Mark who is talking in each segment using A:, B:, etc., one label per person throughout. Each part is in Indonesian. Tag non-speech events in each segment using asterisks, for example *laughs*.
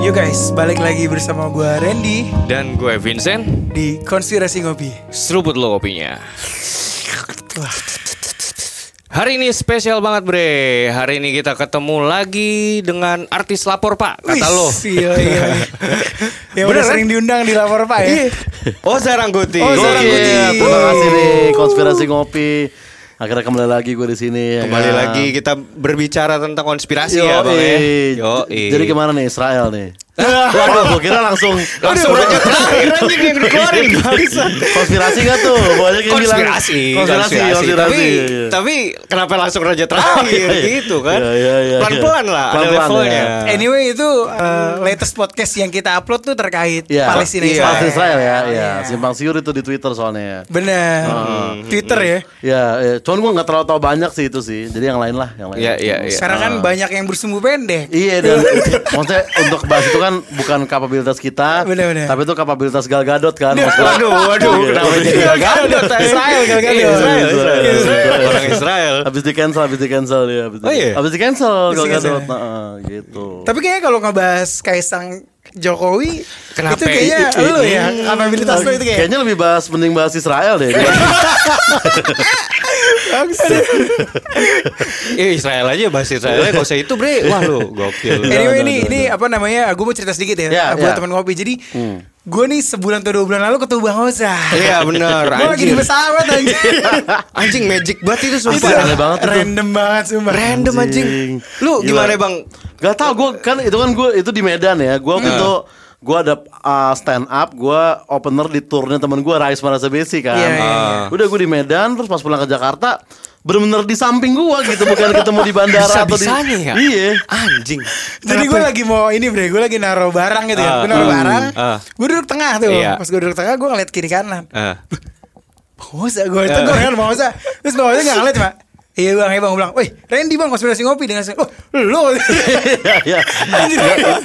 A: Yo guys, balik lagi bersama gue Randy
B: Dan gue Vincent,
A: di Konspirasi Ngopi
B: seruput lo kopinya. Hari ini spesial banget bre. Hari ini kita ketemu lagi dengan artis lapor pak, kata
A: *laughs*
B: lo.
A: Wis, Iya,
B: *laughs*
A: iya Yang udah
B: Bener, kan?
A: sering diundang di lapor pak ya
B: Oh Sarangguti.
A: Oh, Sarangguti.
B: Gokil.
A: Iya,
C: Terima kasih nih konspirasi ngopi. Akhirnya kembali lagi gue di sini. ya
B: Kembali
C: kan?
B: lagi kita berbicara tentang konspirasi
C: Yoi.
B: ya bang ya. Yoi.
C: Jadi kemana nih Israel nih? Waduh, gue kira
B: *laughs*
C: langsung
B: Langsung aja terakhir anjing yang dikeluarin. Bangsat.
C: konspirasi gak tuh? Banyak yang bilang
B: konspirasi,
C: konspirasi, konspirasi.
B: Tapi,
C: Iya, iya.
B: tapi kenapa langsung raja terakhir gitu kan?
C: *laughs* Iya, iya, iya.
B: Pelan-pelan lah, ada
C: Pelan-pelan,
B: levelnya.
C: ya.
A: Anyway itu uh, latest podcast yang kita upload tuh terkait
C: Iya,
A: Palestina
C: iya. Hmm,
A: Israel.
C: Palestina
B: Oh,
C: Israel ya,
A: Iya.
C: ya. Simpang siur itu di Twitter soalnya.
A: Bener
B: hmm,
A: Twitter ya
C: Ya, ya. cuman gue nggak terlalu tahu banyak sih itu sih. Jadi yang lain lah, yang lain.
B: Iya, iya, iya.
A: Sekarang kan banyak yang bersumbu pendek
C: Iya dan maksudnya untuk bahas itu kan bukan kapabilitas kita,
A: Bener-bener.
C: tapi itu kapabilitas Gal Gadot kan. maksud gua.
B: Waduh, waduh,
C: Iya.
B: kenapa jadi Gal Gadot?
A: Israel, Gal Gadot.
B: Iya, Israel,
C: Israel,
B: Israel,
C: Israel.
B: orang Israel.
C: Habis di cancel, habis di cancel dia. Habis di,
B: Oh, iya?
C: habis di cancel
A: Habis
C: Gal
A: di cancel.
C: Gadot. Nah, eh, gitu.
A: Tapi kayaknya kalau ngebahas Kaisang Jokowi
B: Kenapa?
A: Itu kayaknya lu ya Kapabilitas lu itu kayak
C: Kayaknya lebih bahas mending bahas Israel deh.
B: Iya, Israel aja bahas Israel aja, gak usah itu bre. Wah lu, gokil. lu.
A: Anyway
C: Udah,
A: ini
C: udah,
A: ini apa namanya? Gue mau cerita sedikit ya,
C: Ya,
A: buat
C: ya.
A: teman ngopi. Jadi gue nih sebulan atau dua bulan lalu ketemu Bang Oza.
B: Hmm. Iya bener,
A: Gue lagi
B: anjing.
A: di pesawat
B: *laughs*
A: anjing.
B: Anjing magic banget itu
A: Itu
B: sumpah.
C: aneh banget itu.
A: Random banget sumpah.
B: Random anjing. Lu gimana bang?
C: Gak tau gue kan itu kan gue itu di Medan ya. Gue
B: Hmm.
C: waktu itu gue ada uh, stand up, gue opener di turnya temen gue Rais Marasabesi kan.
A: Iya, iya,
C: Udah gue di Medan, terus pas pulang ke Jakarta bener-bener di samping gue gitu bukan ketemu di bandara atau di
B: Bisa-bisanya ya?
C: iya *laughs*
B: Anjing.
A: Jadi gue lagi mau ini bre, gue lagi naruh barang gitu ya. Gue naruh
B: Ah.
A: barang,
B: Ah.
A: gue duduk tengah tuh.
B: Iya.
A: Pas gue duduk tengah, gue ngeliat kiri kanan.
B: Eh.
A: Bang Oza,
B: Ah.
A: gue itu gue kan Bang Oza. Terus Bang Oza gak ngeliat cuma, Iya bang, iya bang, gue bilang, weh Randy bang konspirasi ngopi dengan saya. Oh,
B: *laughs*
A: lu.
C: ya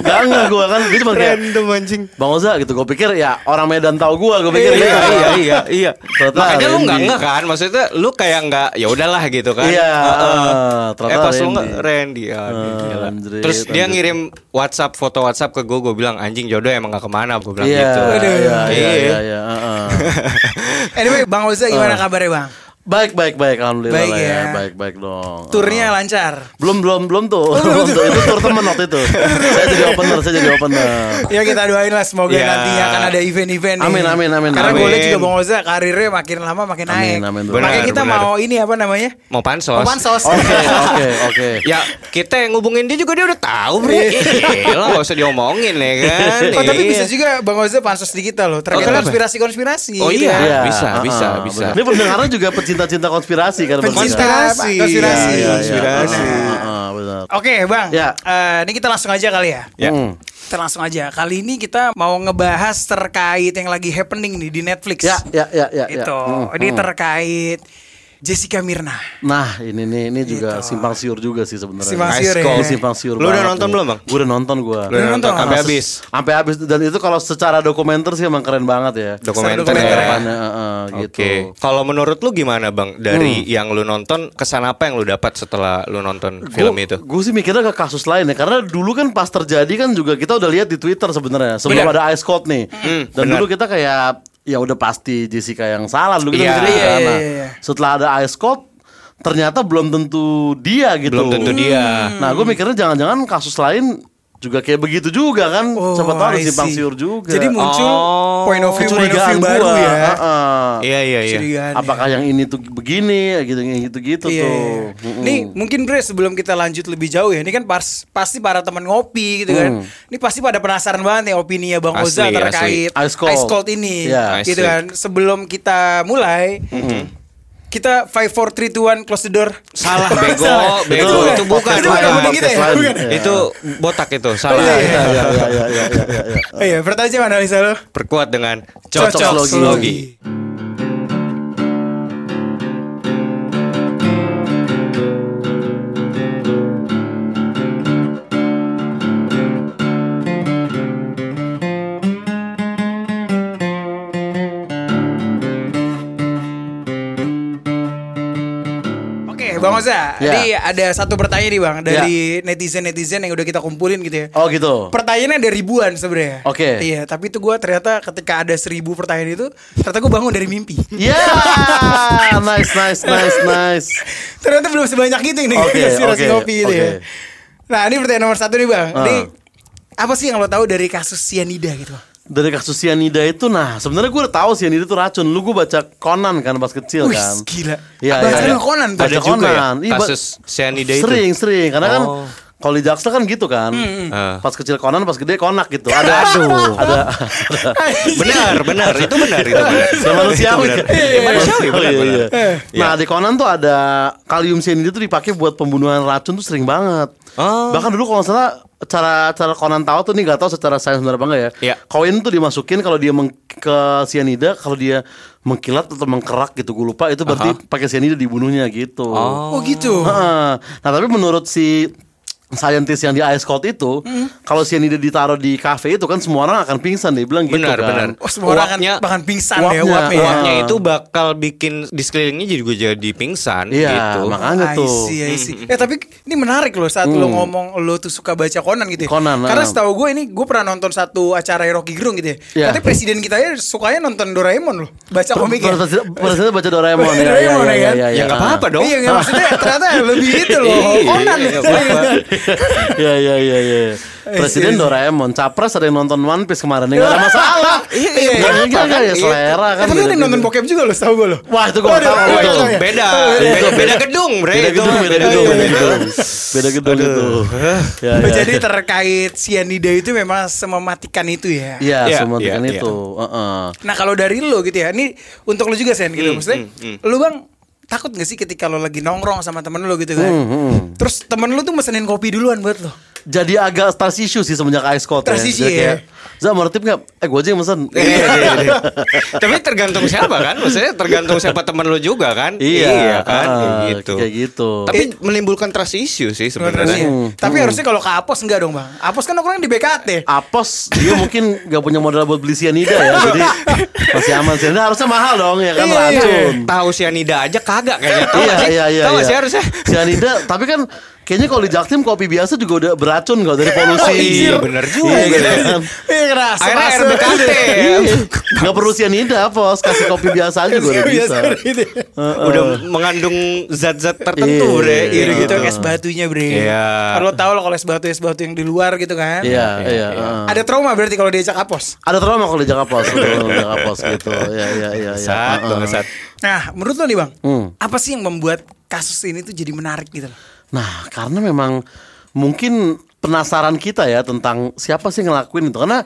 C: gak nggak gue kan gue cuma kayak
B: Random anjing.
C: Bang Oza gitu gue pikir ya orang Medan tahu gue gue pikir
B: Iya
C: ya.
B: *laughs* iya iya iya.
C: Ternyata
B: Makanya lu
C: Randy.
B: nggak nggak kan? Maksudnya lu kayak nggak ya udahlah gitu kan?
C: Iya,
B: Heeh.
C: ternyata
B: eh pas lu
C: Randy. Eh,
B: nggak Randy. ya, gila.
C: Andre,
B: Terus dia
C: Andre.
B: ngirim WhatsApp foto WhatsApp ke gue, gue bilang anjing jodoh emang nggak kemana, gue bilang
C: Iya,
B: gitu.
A: Aduh.
C: iya, iya,
B: Iya.
C: iya, iya, heeh.
A: Anyway, Bang Oza gimana
B: Ah.
A: kabarnya bang?
C: Baik, baik, baik, alhamdulillah
A: Baik
C: lah ya.
A: ya.
C: baik, baik dong. Ah.
A: Turnya Oh, lancar.
C: belum, belum, belum tuh, belum tuh. Itu tur temen waktu
A: *laughs*
C: itu. saya jadi opener, saya jadi opener.
A: Ya kita doain lah semoga
B: Ya.
A: nanti akan ada event-event. nih.
C: Iya. Amin, amin, amin,
A: Karena
B: amin.
A: gue lihat juga Bang Oza karirnya makin lama makin naik.
C: Amin, amin,
B: benar,
A: Makanya kita
B: benar.
A: mau ini apa namanya?
B: *laughs* Mau pansos.
A: Papan sos.
C: Oke, oke, oke.
B: *laughs* Ya
C: Iya.
B: kita yang ngubungin dia juga dia udah tahu bro. Gila gak usah diomongin ya kan.
C: *laughs* Eh,
A: Oh, tapi
B: Iya.
A: bisa juga Bang Oza pansos di kita loh terkait
B: Oh, kenapa?
A: konspirasi-konspirasi.
B: Oh
A: gitu ya.
B: iya,
C: Iya,
B: bisa,
C: heeh,
B: bisa, bisa.
C: bener. Ini pendengarnya juga pecinta-cinta konspirasi kan
A: Pencinta
C: bener.
B: Konspirasi.
A: konspirasi. Nah.
C: Iya, iya, iya.
B: Konspirasi.
C: Heeh, heeh, ah, benar.
A: Oke, Bang.
C: Ya.
A: Eh, ini kita langsung aja kali ya.
B: Ya.
C: Hmm.
A: Kita langsung aja. Kali ini kita mau ngebahas terkait yang lagi happening nih di Netflix.
C: Ya, ya, ya, ya, ya.
A: Itu.
C: Hmm,
A: Gitu. Ini
C: hmm.
A: terkait Jessica Mirna.
C: Nah ini nih ini juga simpang siur juga sih sebenarnya.
A: Simpang siur
C: Ice cold,
A: ya.
C: simpang siur.
B: Lu udah
C: banget
B: nonton
C: nih.
B: belum, Bang?
C: Gua udah nonton gua.
B: Lu udah
A: nonton
B: nonton sampai
A: langsung.
B: habis.
C: Sampai habis dan itu kalau secara dokumenter sih emang keren banget ya.
B: Dokumenter.
A: dokumenter
B: ya.
A: ya.
C: Depannya, eh, eh, gitu. Hmm.
B: Oke. Kalau menurut lu gimana bang dari yang lu nonton kesan apa yang lu dapat setelah lu nonton film itu?
C: Gue sih mikirnya ke kasus lain ya Karena dulu kan pas terjadi kan juga kita udah lihat di Twitter sebenarnya Sebelum
B: Iya.
A: Benar.
C: ada Ice Cold nih
B: Hmm.
C: Dan dulu kita kayak ya udah pasti Jessica yang salah dulu kita
B: Iya.
C: mikirnya
A: Iya,
C: kan.
A: iya,
C: Nah,
A: iya.
C: Setelah ada Ice Cold ternyata belum tentu dia gitu
B: Belum tentu dia.
C: Nah gue mikirnya jangan-jangan kasus lain juga kayak begitu juga kan
A: Oh,
C: Siapa tahu ada
A: I
C: simpang
A: see.
C: siur juga
A: Jadi muncul
B: Oh,
A: point of view, point of
C: Kecurigaan
A: view baru
C: gua,
A: ya.
C: heeh.
B: Iya iya iya.
A: Kecurigaan ya.
C: Apakah yang ini tuh begini gitu-gitu gitu
A: Iya,
C: tuh
A: iya.
C: Mm-mm.
A: Nih mungkin Bre sebelum kita lanjut lebih jauh ya, ini kan pas, pasti para teman ngopi gitu kan. Ini pasti pada penasaran banget nih opini ya Bang
B: Asli,
A: Oza terkait
C: Mm. asli. Ice cold.
A: ini
C: Iya.
A: gitu
B: Asli.
A: kan. Sebelum kita mulai Kita 5 4 3 2 1 close the door.
C: *laughs*
B: Salah bego,
A: Salah.
B: bego
C: Betul.
B: itu bukan.
A: Itu bukan
B: bukan.
A: opini kita ya?
C: Podcast lain.
A: Bukan.
C: Iya.
B: Itu botak itu salah.
A: Iya,
C: Iya, iya, iya, iya, iya, iya, iya.
A: Oh iya, pertanyaan mana analisa lo?
B: Perkuat dengan
C: Cocok
B: cocok
C: logi.
B: logi.
A: Oke, Bang Mausa,
C: Ya.
A: jadi ada satu pertanyaan nih bang dari netizen-netizen yang udah kita kumpulin gitu ya.
C: Oh gitu.
A: Pertanyaannya ada ribuan sebenarnya.
C: Oke.
A: Iya, tapi itu gua ternyata ketika ada seribu pertanyaan itu, ternyata gue bangun dari mimpi. *laughs*
C: Ya, nice, nice, nice, nice.
A: ternyata belum sebanyak itu yang dengerin
C: Oke,
A: konspirasi
C: oke,
A: ngopi gitu ya.
C: oke.
A: Nah ini pertanyaan nomor satu nih bang.
C: Ah.
A: Ini apa sih yang lo tahu dari kasus sianida gitu? Bang?
C: Dari kasus sianida itu, nah sebenarnya gue udah tahu sianida itu racun. Lu gue baca Conan kan pas kecil
A: Wih,
C: kan.
A: gila.
C: Iya,
A: Baca
C: iya.
A: lu Conan tuh. *laughs*
B: Ada
C: Baca
B: juga ya,
C: Conan. Iya, ba-
B: kasus cyanida itu?
C: Sering, sering. Karena kan
B: Oh.
C: kalau di Jaksel kan gitu kan.
A: Hmm,
B: Ah.
C: Pas kecil Conan, pas gede Konak
A: *laughs*
C: gitu. Ada, aduh, ada,
A: Iya.
B: Benar, benar. Itu benar, itu benar.
C: Dan manusiawi.
B: Itu benar.
C: Iya, iya,
B: Manusiawi,
C: iya.
B: benar,
C: Iya,
B: benar.
C: iya.
B: Iya.
C: Nah di Conan tuh ada kalium cyanida tuh dipakai buat pembunuhan racun tuh sering banget.
B: Oh.
C: Bahkan dulu kalau nggak salah cara cara Conan tahu tuh nih nggak tahu secara sains benar apa enggak ya.
B: Iya.
C: Koin tuh dimasukin kalau dia meng- ke cyanida kalau dia mengkilat atau mengkerak gitu gue lupa itu berarti pakai cyanida dibunuhnya gitu.
A: Oh, gitu.
C: Heeh. Nah tapi menurut si scientist yang di Ice Cold itu kalau cyanida ditaruh di kafe itu kan semua orang akan pingsan dia bilang gitu
B: Benar,
C: kan.
B: benar.
A: Oh, semua orang
B: Uapnya-
A: kan bahkan pingsan ya
C: uapnya,
A: uapnya. ya.
B: Uangnya
C: Ah.
B: itu bakal bikin di sekelilingnya jadi gue jadi pingsan
C: Iya,
B: gitu.
C: makanya. Makanya
A: I
C: tuh. Hmm.
A: see, I see. Ya tapi ini menarik loh saat lo ngomong lo tuh suka baca Conan gitu. ya.
C: Conan,
A: Karena
C: ah.
A: setahu gue ini gue pernah nonton satu acara Rocky Gerung gitu ya.
C: Iya.
A: Katanya presiden kita ya sukanya nonton Doraemon loh. Baca
C: Per-
A: komiknya.
C: Persis- persis baca Doraemon ya.
A: Doraemon,
C: ya,
A: ya
C: ya,
A: kan?
C: ya,
B: Ya nggak apa-apa dong.
A: Iya, nggak, maksudnya ternyata lebih itu loh.
B: Iya,
A: Conan.
B: iya, nggak apa-apa.
C: Ya ya ya ya. Presiden Doraemon, capres ada yang nonton One Piece kemarin nggak ada masalah.
A: Eh, iya, *laughs* Iya, iya, iya.
C: Nggak, nggak, nggak, ya selera
A: Eh,
C: kan.
A: tapi ada yang nonton
C: beda-beda.
A: bokep juga loh, tahu gue loh.
C: Wah, itu gua nggak
A: Waduh,
C: tahu,
A: waduh,
C: itu.
A: waduh, ya.
B: Beda,
C: Beda,
B: beda,
C: beda.
B: beda gedung, bre.
C: iya. Beda
B: itu
C: gedung,
A: Iya,
B: mah.
C: beda gedung, beda gedung, beda gitu, gedung itu. Ya, ya.
A: Jadi terkait sianida itu memang semematikan itu ya.
C: Iya,
B: Iya,
C: semua
B: iya,
C: kan
B: iya.
C: itu. Heeh.
A: Nah kalau dari lo gitu ya, ini untuk lo juga Sen gitu maksudnya, lo bang takut gak sih ketika lo lagi nongkrong sama temen lo gitu kan?
C: Hmm,
A: Terus temen lo tuh mesenin kopi duluan buat lo.
C: Jadi agak trust issue sih semenjak Ice Cold
A: Trust issue,
C: Jadi kayak,
A: ya.
C: Zah, mau tip nggak? Eh, gue aja yang mesen.
B: Iya, iya, iya. *laughs* Tapi tergantung siapa kan? Maksudnya tergantung siapa teman lo juga kan? kan?
C: Iya, ah,
B: Kayak gitu.
C: kayak gitu.
B: Tapi menimbulkan trust issue sih
A: Iya.
B: sebenarnya.
A: Tapi
C: Hmm.
A: harusnya kalau ke Apos enggak dong bang. Apos kan nongkrong di BKT.
C: Ah, Apos dia mungkin gak punya modal buat beli sianida ya jadi masih aman sianida harusnya mahal dong ya kan
A: Iya, iya.
C: racun
B: Eh, Tahu sianida aja kagak kayaknya. Tahu
C: iya
B: nggak sih?
C: iya iya
B: Tahu nggak
C: iya.
B: sih harusnya?
C: sianida tapi kan kayaknya kalau di Jaktim kopi biasa juga udah beracun kalau dari
B: Oh,
C: polusi
B: iya, bener juga.
C: kan?
A: Iya keras.
B: Akhirnya
A: masuk.
B: RBKT.
C: *laughs* Iya. nggak perlu sianida pos kasih kopi biasa aja
B: Iya,
C: juga udah bisa
A: Biasa gitu.
B: Udah mengandung zat-zat tertentu,
C: Iya,
B: bre.
C: iya,
A: Iya gitu
B: Iya.
A: es batunya bre.
B: Iya.
A: Kalau lo tau lo kalau es batu es batu yang di luar gitu kan.
C: iya iya heeh.
A: Ada trauma berarti kalau diajak Apos.
C: ada trauma kalau di Jakapos kalau di Jakapos gitu ya ya ya ya
B: Sat,
C: Heeh.
B: sat.
A: Nah menurut lo nih bang,
C: Hmm.
A: apa sih yang membuat kasus ini tuh jadi menarik gitu? loh?
C: Nah, karena memang mungkin penasaran kita ya tentang siapa sih ngelakuin itu. Karena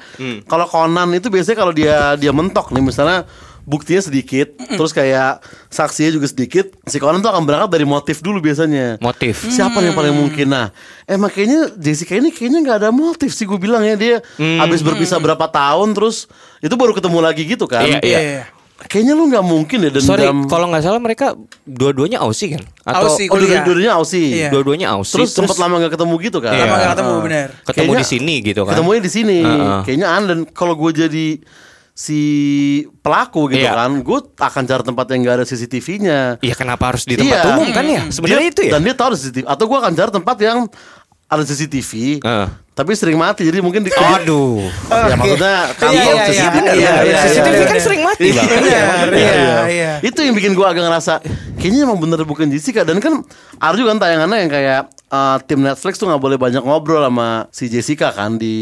C: kalau Conan itu biasanya kalau dia dia mentok nih misalnya buktinya sedikit, terus kayak saksinya juga sedikit, si Conan tuh akan berangkat dari motif dulu biasanya.
B: Motif.
C: Siapa nih yang paling mungkin? Nah, emang kayaknya Jessica ini kayaknya nggak ada motif sih gue bilang ya dia habis berpisah berapa tahun terus itu baru ketemu lagi gitu kan.
B: Iya, iya.
C: Kayaknya lu nggak mungkin deh dendam.
B: Sorry, kalau nggak salah mereka dua-duanya Aussie kan? Atau
A: Aussie,
C: oh,
A: kuliah.
C: dua-duanya Aussie.
A: Iya.
B: dua-duanya Aussie?
C: Terus, sempat Oh, lama nggak ketemu gitu kan?
A: Lama gak ketemu
C: Heeh.
A: bener.
B: Iya. ketemu
C: Kayaknya
B: di sini gitu kan?
C: Ketemunya di sini.
B: Heeh.
C: Kayaknya aneh dan kalau gue jadi si pelaku gitu
B: Iya.
C: kan, gue akan cari tempat yang gak ada CCTV-nya.
B: Iya kenapa harus di tempat
C: Iya.
B: umum kan ya? Sebenarnya
C: Dia-
B: itu ya.
C: Dan dia tahu ada CCTV atau gue akan cari tempat yang ada CCTV.
B: Heeh.
C: Tapi sering mati jadi mungkin di
B: Aduh.
A: Oke.
C: Ya maksudnya
A: Iya,
C: kantor
A: iya, iya,
C: CCTV.
A: bener,
C: Iya,
A: bener.
C: iya,
A: CCTV
C: iya,
A: kan
C: iya.
B: sering mati, Bang.
C: Iya,
A: Iya,
C: iya,
A: iya.
C: iya. Itu yang bikin gue agak ngerasa kayaknya emang bener bukan Jessica dan kan ada juga kan tayangannya yang kayak eh, tim Netflix tuh nggak boleh banyak ngobrol sama si Jessica kan di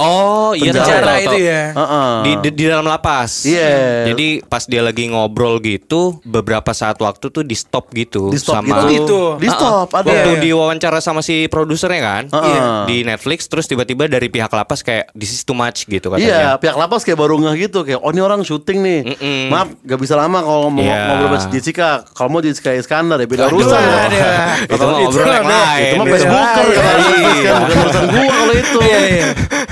B: Oh iya tahu,
C: Penjara
B: tahu,
A: itu
B: tahu.
A: ya.
C: Heeh.
B: Di, di di dalam lapas.
C: Iya.
B: Jadi pas dia lagi ngobrol gitu, beberapa saat waktu tuh di stop gitu
C: di stop
B: sama
A: Oh, gitu.
C: gitu. Di stop
B: Ah, ah.
C: ada. ya?
B: Waktu
A: Iya.
B: di diwawancara sama si produsernya kan
C: Iya.
B: di Netflix terus tiba-tiba dari pihak lapas kayak this is too much gitu katanya.
C: Iya, pihak lapas kayak baru ngeh gitu kayak oh ini orang syuting nih.
B: Mm-mm.
C: Maaf, gak bisa lama kalau mau
B: Iya.
C: ngobrol sama Jessica. Kalau mau Jessica Iskandar ya beda
B: Aduh,
C: urusan. ya.
A: ada.
B: Itu mah
C: Itu
B: obrolan yang
C: mah-
B: lain. Iya.
C: Itu mah
B: Beda
C: Facebooker
A: lain.
C: kata Netflix kan, bukan
B: Iya.
C: urusan gua kalau itu.
A: Iya, iya.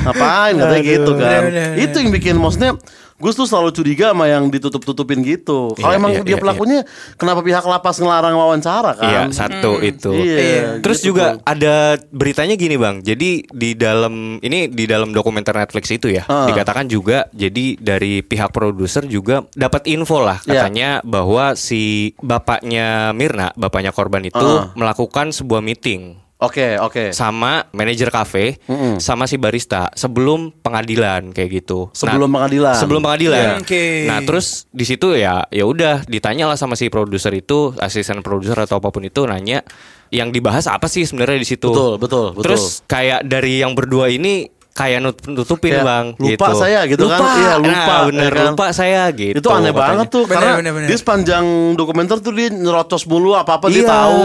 C: Ngapain katanya gitu kan.
A: Bener, bener,
C: Itu yang bikin maksudnya gue tuh selalu curiga sama yang ditutup-tutupin gitu. Kalau
B: Iya,
C: emang
B: iya,
C: dia
B: iya,
C: pelakunya, kenapa pihak lapas ngelarang wawancara kan?
B: Iya satu itu.
C: Iya,
B: Terus
C: gitu
B: juga ada beritanya gini bang. Jadi di dalam ini di dalam dokumenter Netflix itu ya
C: Ah.
B: dikatakan juga. Jadi dari pihak produser juga dapat info lah
C: Iya.
B: katanya bahwa si bapaknya Mirna, bapaknya korban itu
C: Ah.
B: melakukan sebuah meeting
C: Oke, oke.
B: sama manajer kafe sama si barista sebelum pengadilan kayak gitu.
C: Sebelum pengadilan. Iya.
B: Sebelum pengadilan.
A: Hmm, oke.
B: Nah, terus di situ ya ya udah ditanyalah sama si produser itu, asisten produser atau apapun itu nanya yang dibahas apa sih sebenarnya di situ.
C: Betul, betul, betul.
B: Terus kayak dari yang berdua ini kayak nut- nutupin
C: Kayak,
B: Bang
C: Iya. lupa
B: gitu.
C: saya gitu
B: lupa.
C: kan. Iya, lupa,
B: Nah, bener,
C: ya kan?
B: lupa saya gitu.
C: itu aneh banget tuh
A: Bener,
C: karena
A: bener, bener.
C: dia sepanjang dokumenter tuh dia nyerocos mulu apa apa dia
B: Iya.
C: tahu.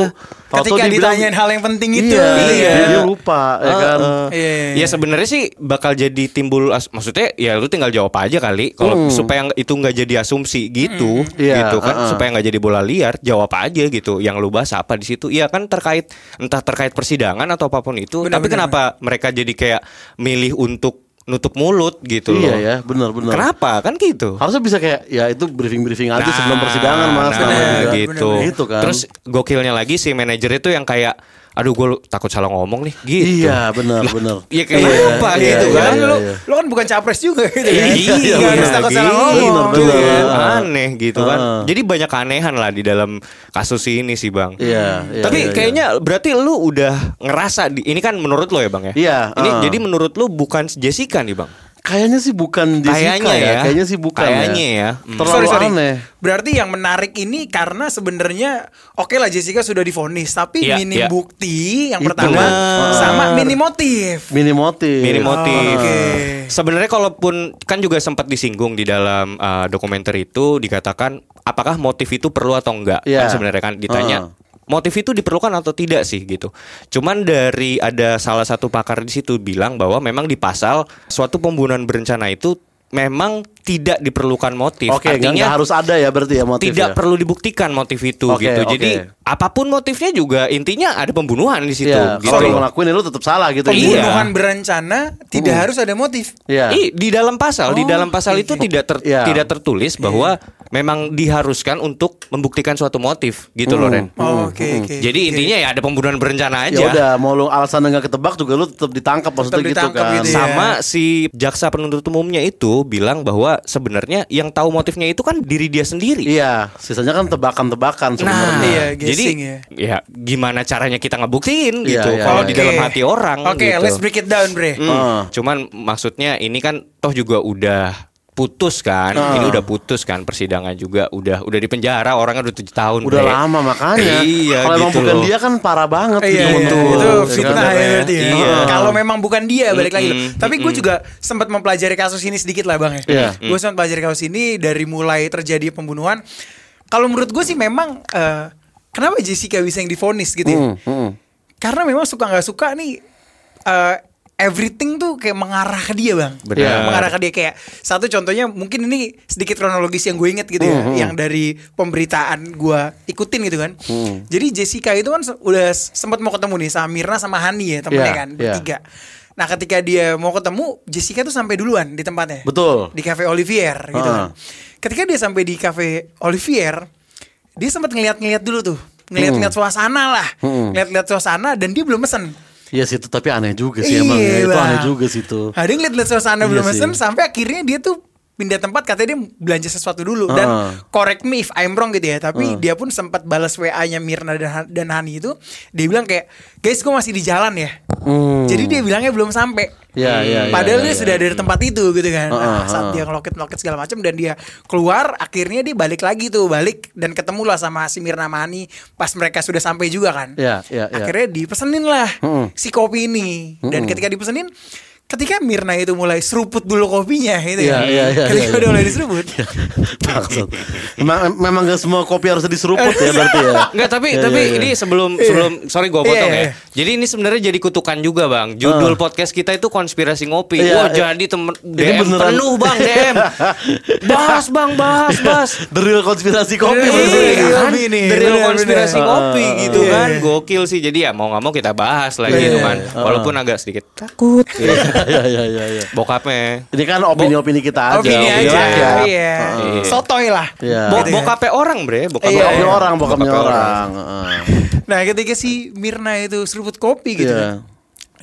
C: Tahu-tahu
A: Ketika
C: dia bilang,
A: ditanyain hal yang gitu. penting itu.
C: Iya,
B: Iya.
C: Dia lupa ya kan.
A: Iya.
B: Ya sebenarnya sih bakal jadi timbul as- maksudnya ya lu tinggal jawab aja kali kalau supaya nggak- itu nggak jadi asumsi gitu
C: Hmm. Iya,
B: gitu kan
C: uh-uh.
B: supaya nggak jadi bola liar jawab aja gitu yang lu bahas apa di situ ya kan terkait entah terkait persidangan atau apapun itu
A: Benar,
B: tapi
A: benar,
B: kenapa mereka jadi kayak milih untuk nutup mulut gitu
C: Iya
B: loh
C: ya, benar-benar.
B: kenapa kan gitu
C: Harusnya bisa kayak ya itu briefing-briefing aja
B: Nah,
C: sebelum persidangan Mas.
B: nah,
C: namanya juga.
B: gitu.
C: Gitu kan.
B: Terus gokilnya lagi si manajer itu yang kayak aduh gue takut salah ngomong nih gitu.
C: Iya, benar, benar.
B: Ya kayak lupa
C: iya,
B: gitu
C: iya,
B: kan.
A: kan
C: iya,
A: lu,
C: iya.
A: lu kan bukan capres juga gitu
B: Iya,
A: kan.
B: iya,
A: Nggak harus takut salah
B: gitu.
A: ngomong.
C: Bener,
A: gitu
C: bener.
A: kan.
B: Aneh gitu kan.
C: Ah.
B: Jadi banyak keanehan lah di dalam kasus ini sih bang.
C: Iya, iya,
B: Tapi
C: iya, iya.
B: kayaknya berarti lu udah ngerasa di, ini kan menurut lo ya bang ya.
C: Iya,
B: Ini
C: ah.
B: jadi menurut lu bukan Jessica nih bang.
C: Kayaknya sih bukan Jessica
B: Kayaknya
C: ya.
B: ya.
C: Kayaknya sih bukan
B: Kayaknya ya. Hmm.
C: Terlalu
A: Sorry, sorry.
C: aneh.
A: Berarti yang menarik ini karena sebenarnya oke lah Jessica sudah difonis, tapi
B: Iya,
A: minim
B: iya.
A: bukti yang
C: Itu.
A: pertama
B: Bener.
A: sama minim motif.
C: Mini motif.
B: Mini
C: Ah,
B: motif.
A: oke.
B: Sebenarnya kalaupun kan juga sempat disinggung di dalam uh, dokumenter itu dikatakan apakah motif itu perlu atau enggak? Kan
C: Iya.
B: sebenarnya kan ditanya
C: Ah.
B: motif itu diperlukan atau tidak sih gitu. Cuman dari ada salah satu pakar di situ bilang bahwa memang di pasal suatu pembunuhan berencana itu memang tidak diperlukan motif.
C: Oke, nggak nggak harus ada ya berarti ya motif
B: tidak
C: ya.
B: perlu dibuktikan motif itu
C: Oke,
B: gitu.
C: oke.
B: Jadi apapun motifnya juga intinya ada pembunuhan di situ
C: Iya,
B: gitu.
C: kalau lo ngelakuin ya lo tetap salah gitu.
B: Iya.
A: Pembunuhan berencana tidak harus ada motif.
C: Iya.
B: Ih, di dalam pasal,
A: Oh,
B: di dalam pasal itu tidak ter-
C: Iya.
B: tidak tertulis bahwa memang diharuskan untuk membuktikan suatu motif gitu loh Ren.
A: Oh, Oke, oke.
B: Jadi
A: oke.
B: intinya ya ada pembunuhan berencana
C: Hmm. Ya
B: aja.
C: udah, mau lo alasan nggak ketebak juga lo tetap ditangkap maksudnya
A: Tetap
C: gitu
A: ditangkap
C: kan.
A: gitu ya.
B: Sama si jaksa penuntut umumnya itu bilang bahwa sebenarnya yang tahu motifnya itu kan diri dia sendiri.
C: Iya, sisanya kan
B: Nah,
C: tebakan-tebakan sebenarnya.
A: Iya,
B: jadi
A: guessing
B: ya.
A: ya.
B: gimana caranya kita ngebuktiin
C: Iya,
B: gitu
C: iya,
B: kalau
C: iya,
B: di
A: Oke.
B: dalam hati orang
A: Oke,
B: gitu.
A: let's break it down, Bre.
B: Hmm.
C: Ah.
B: Cuman maksudnya ini kan toh juga udah putus kan.
C: Ah.
B: Ini udah putus kan persidangan juga udah udah di penjara orangnya udah 7 tahun.
C: Udah
B: Bre.
C: lama makanya.
B: Iya
C: Kalau emang
B: gitu
C: bukan
B: loh.
C: dia kan parah banget
A: Iya,
C: gitu.
A: iya,
B: Betul.
A: itu
C: Iya kan?
A: fitnah ya berarti ya.
B: Iya.
A: Kalau memang bukan dia balik lagi. loh.
B: Mm-mm.
A: Tapi gue juga sempat mempelajari kasus ini sedikit lah bang ya.
C: Iya.
A: Gue sempat pelajari kasus ini dari mulai terjadi pembunuhan. Kalau menurut gue sih memang eh, kenapa Jessica bisa yang difonis gitu ya?
B: Mm.
C: Hmm, hmm.
A: Karena memang suka nggak suka nih eh, everything tuh kayak mengarah ke dia bang.
B: Benar.
A: Iya. Mengarah ke dia kayak satu contohnya mungkin ini sedikit kronologis yang gue inget gitu ya,
C: Mm-hmm.
A: yang dari pemberitaan gue ikutin gitu kan.
C: Mm-hmm.
A: Jadi Jessica itu kan se- udah sempat mau ketemu nih sama Mirna sama Hani ya temennya
C: Iya,
A: kan
C: iya.
A: bertiga. Nah ketika dia mau ketemu Jessica tuh sampai duluan di tempatnya.
C: Betul.
A: Di cafe Olivier gitu kan.
C: Ah.
A: Ketika dia sampai di cafe Olivier, dia sempat ngeliat-ngeliat dulu tuh,
C: Hmm.
A: ngeliat-ngeliat suasana lah, ngeliat-ngeliat suasana dan dia belum mesen.
C: Iya sih itu tapi aneh juga sih emang ya. Itu
A: Bang.
C: aneh juga sih itu.
A: Nah, dia ngeliat-ngeliat suasana
C: Iya
A: belum
C: sih.
A: mesen sampai akhirnya dia tuh pindah tempat katanya dia belanja sesuatu dulu dan
C: Ah.
A: correct me if I'm wrong gitu ya tapi dia pun sempat balas WA-nya Mirna dan, dan Hani itu dia bilang kayak guys gue masih di jalan ya
C: Hmm.
A: jadi dia bilangnya belum sampai
C: Iya, iya, iya,
A: padahal
C: iya,
A: dia
C: iya.
A: sudah ada di tempat itu gitu kan
C: Ah,
A: Nah,
C: ah,
A: saat
C: ah.
A: dia ngeloket ngeloket segala macam dan dia keluar akhirnya dia balik lagi tuh balik dan ketemulah sama si Mirna sama Hani pas mereka sudah sampai juga kan
C: Iya, iya, iya.
A: akhirnya dipesenin lah
C: Mm-mm.
A: si kopi ini dan ketika dipesenin ketika Mirna itu mulai seruput dulu kopinya gitu ya
C: Iya, iya, iya,
A: ketika
C: iya,
A: udah
C: iya.
A: mulai diseruput
C: *laughs* Maksud. Memang, memang gak semua kopi harus diseruput ya berarti
A: *laughs*
C: ya.
B: Enggak tapi
C: Iya,
B: tapi
C: iya, iya.
B: ini sebelum sebelum sorry gua potong
A: Iya, iya.
B: ya. Jadi ini sebenarnya jadi kutukan juga bang. Judul podcast kita itu konspirasi ngopi.
C: Iya,
B: Wah
C: iya.
B: jadi temen
C: Ini
B: DM
C: beneran.
B: penuh bang
C: *laughs*
B: DM. bahas bang bahas bahas.
C: The real konspirasi kopi
A: Iya,
C: ya, sebenarnya.
B: Iya kan?
A: ini nih,
B: The real
A: bener,
B: konspirasi
A: bener.
B: ngopi gitu
A: Iya,
B: kan
A: iya.
B: Gokil sih Jadi ya mau gak mau kita bahas lah
A: Iya,
B: gitu
A: iya.
B: kan Walaupun agak sedikit takut gitu.
C: *laughs* Iya iya iya iya.
B: Bokapnya.
C: Ini kan opini-opini kita aja.
A: Opini aja.
C: rakyat.
A: Iya.
B: Heeh.
A: Sotoy lah.
C: Iya.
B: Bo-
A: Gitu kan.
B: bokapnya orang bre, bokapnya
A: Iya,
C: Bokapnya
A: iya.
C: orang, bokapnya orang. Heeh.
A: Nah ketika si Mirna itu seruput kopi gitu
C: Iya.
A: kan,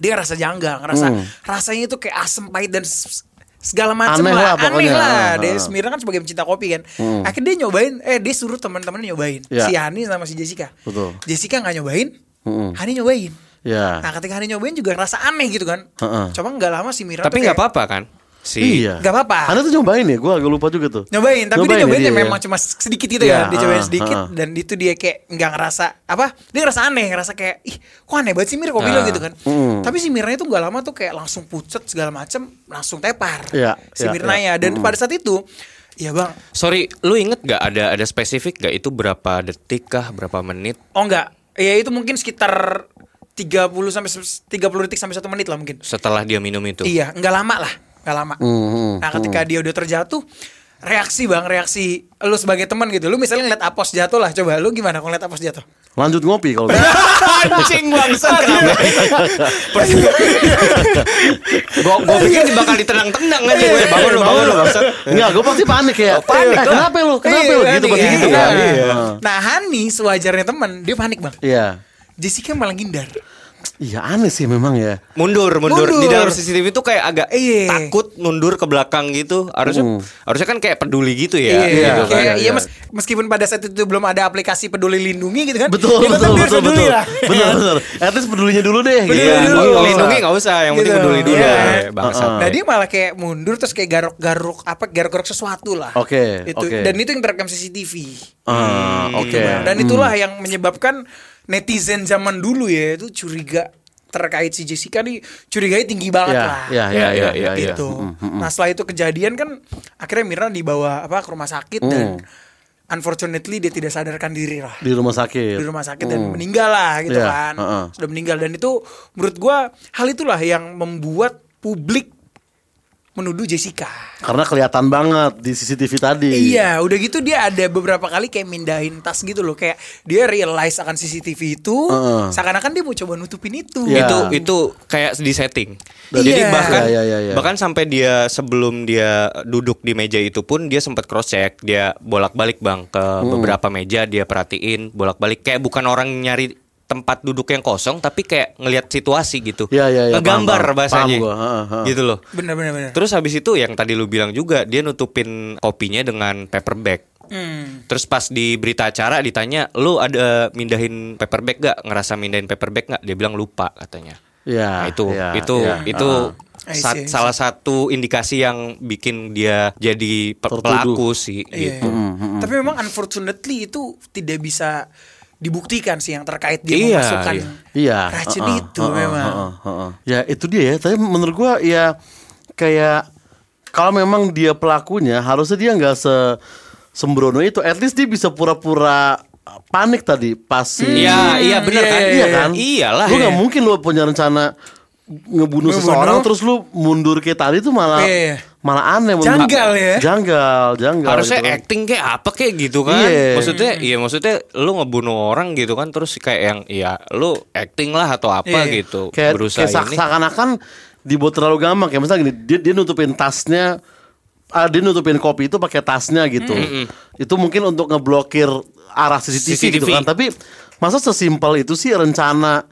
A: Dia ngerasa jangga Ngerasa
C: Hmm.
A: rasanya itu kayak asem pahit dan s- s- segala macam
C: Aneh lah
A: lah, Aneh
C: pokoknya. Ah, Hmm.
A: lah Dia
C: Ha.
A: Mirna kan sebagai pencinta kopi kan Akhirnya dia nyobain Eh dia suruh teman-teman nyobain
C: Iya.
A: Si Hani sama si Jessica
C: Betul. Hmm.
A: Jessica gak nyobain
C: Mm-mm.
A: Hani nyobain
C: Ya.
A: Nah ketika Hani nyobain juga ngerasa aneh gitu kan
C: Ha-ha.
A: Coba nggak lama si Mirna
B: Tapi nggak apa-apa kan? Si
C: Iya.
A: Gak apa-apa
C: Anda tuh nyobain ya? Gue agak lupa juga tuh.
A: nyobain tapi dia nyobain ya
C: ya, dia,
A: memang
C: ya?
A: cuma sedikit gitu ya
C: Iya,
A: dia cobain
C: ah,
A: sedikit
C: ah.
A: dan itu dia kayak nggak ngerasa apa dia ngerasa aneh ngerasa kayak ih kok aneh banget sih Mir kok bilang
B: Ah,
A: gitu kan
C: mm.
A: tapi si Mirna itu nggak lama tuh kayak langsung pucet segala macem langsung tepar
C: Iya,
A: si
C: iya,
A: Mirna ya
C: iya.
A: dan pada saat itu ya bang
B: Sorry, lu inget gak ada ada spesifik gak itu berapa detik kah, berapa menit?
A: oh enggak ya itu mungkin sekitar 30 sampai 30 detik sampai satu menit lah mungkin
B: setelah dia minum itu.
A: Iya, nggak lama lah, nggak lama.
C: Hmm,
A: nah, ketika dia udah terjatuh, reaksi bang, reaksi lu sebagai teman gitu. Lu misalnya ngeliat Apos jatuh lah, coba lu gimana kalau ngeliat Apos jatuh?
C: Lanjut ngopi
A: *laughs*
C: kalau gitu.
B: *laughs* Anjing bangsat kenapa? Gua gua pikir dia bakal ditendang-tendang
A: Iya,
B: aja gue. Bangun lu, bangun lu bangsat. Oh,
C: Enggak, gue pasti panik ya. Panik. Eh, kenapa lu? Kenapa lu?
A: Iya,
C: Gitu
A: iya,
C: pasti
A: iya.
C: gitu kan. Iya.
A: Nah, Hani sewajarnya teman, dia panik bang.
C: Iya.
A: Jessica malah ngindar.
C: Iya aneh sih memang ya.
B: Mundur, mundur, Di
A: Mundur.
B: dalam CCTV itu kayak agak
A: Iya.
B: takut mundur ke belakang gitu. Harusnya
C: Hmm.
B: harusnya kan kayak peduli gitu
A: iya,
B: ya. gitu kan.
A: kayak- iya,
C: iya, iya.
A: mes- meskipun pada saat itu belum ada aplikasi peduli lindungi gitu kan.
C: Betul,
A: ya tetap
C: betul,
A: dia harus
C: betul,
A: peduli
C: betul.
A: lah. Iya.
C: Betul, betul. At least pedulinya dulu
A: *laughs*
C: deh.
A: Peduli
C: gitu.
B: Iya,
A: dulu.
C: Nggak usah.
B: lindungi nggak usah, yang penting
A: Gitu.
B: peduli dulu.
A: Iya.
B: Eh, Bangsat.
A: Nah dia malah kayak mundur terus kayak garuk-garuk apa garuk-garuk sesuatu lah.
C: Oke,
A: Itu
C: oke.
A: dan itu yang terekam CCTV.
C: Ah,
A: Gitu,
C: Oke.
A: Bang. Dan itulah yang menyebabkan netizen zaman dulu ya itu curiga terkait si Jessica nih curiganya tinggi banget
C: Ya,
A: lah.
C: ya, ya, ya, ya, ya.
A: gitu. Nah, setelah itu kejadian kan akhirnya Mirna dibawa apa ke rumah sakit dan
C: Hmm.
A: unfortunately dia tidak sadarkan diri lah
C: Di rumah sakit. Hmm.
A: di rumah sakit dan meninggal lah gitu
C: Iya,
A: kan.
C: heeh.
A: Sudah meninggal dan itu menurut gua hal itulah yang membuat publik menuduh Jessica.
C: Karena kelihatan banget di CCTV tadi.
A: Iya, udah gitu dia ada beberapa kali kayak mindahin tas gitu loh, kayak dia realize akan CCTV itu,
C: Heeh.
A: seakan-akan dia mau coba nutupin itu. Gitu.
C: Iya.
B: itu itu kayak di setting.
A: Dan-
B: Jadi
A: Iya.
B: bahkan
C: Iya, iya, iya.
B: bahkan sampai dia sebelum dia duduk di meja itu pun dia sempat cross check, dia bolak-balik Bang ke
C: Hmm.
B: beberapa meja dia perhatiin bolak-balik kayak bukan orang nyari tempat duduk yang kosong tapi kayak ngelihat situasi gitu.
C: Iya, iya, iya,
B: Ngegambar
C: paham, paham.
B: bahasanya.
C: Paham gua, ha, ha.
B: Gitu loh.
A: Bener bener bener.
B: Terus habis itu yang tadi lu bilang juga dia nutupin kopinya dengan paper bag.
A: Hmm.
B: Terus pas di berita acara ditanya, "Lu ada mindahin paper bag gak? Ngerasa mindahin paper bag gak?" Dia bilang lupa katanya.
C: Iya,
B: Nah, itu
C: iya,
B: itu
C: iya.
B: itu
A: I see,
B: sa-
A: I see.
B: salah satu indikasi yang bikin dia jadi pe-
C: Tertuduh.
B: pelaku sih
A: Iya,
B: gitu.
A: iya. Tapi memang unfortunately itu tidak bisa dibuktikan sih yang terkait dia
B: Iya,
A: memasukkan
B: iya.
C: Iya.
A: racun
C: heeh,
A: itu
C: heeh,
A: memang.
C: heeh, heeh. Ya itu dia ya. Tapi menurut gua ya kayak kalau memang dia pelakunya harusnya dia nggak se sembrono itu. At least dia bisa pura-pura panik tadi pas si
B: Iya, iya benar
A: iya,
B: kan?
A: iya,
C: Iya kan?
B: Iyalah.
C: Lu nggak
B: Iya.
C: mungkin lu punya rencana ngebunuh
A: Ngebunuh.
C: seseorang terus lu mundur kayak tadi tuh malah
A: Iya.
C: malah aneh menurut-
A: Janggal ya?
C: Janggal, janggal.
B: Harusnya
C: gitu.
B: acting kayak apa kayak gitu kan?
C: Iya.
B: Maksudnya iya maksudnya lu ngebunuh orang gitu kan terus kayak yang ya lu acting lah atau apa
A: Iya.
B: gitu.
C: kayak,
B: berusaha
C: kayak sak-
B: ini.
C: seakan-akan dibuat terlalu gampang kayak misalnya gini dia dia nutupin tasnya ah, dia nutupin kopi itu pakai tasnya gitu itu mungkin untuk ngeblokir arah CCTV, gitu
B: CCTV.
C: kan tapi masa sesimpel itu sih rencana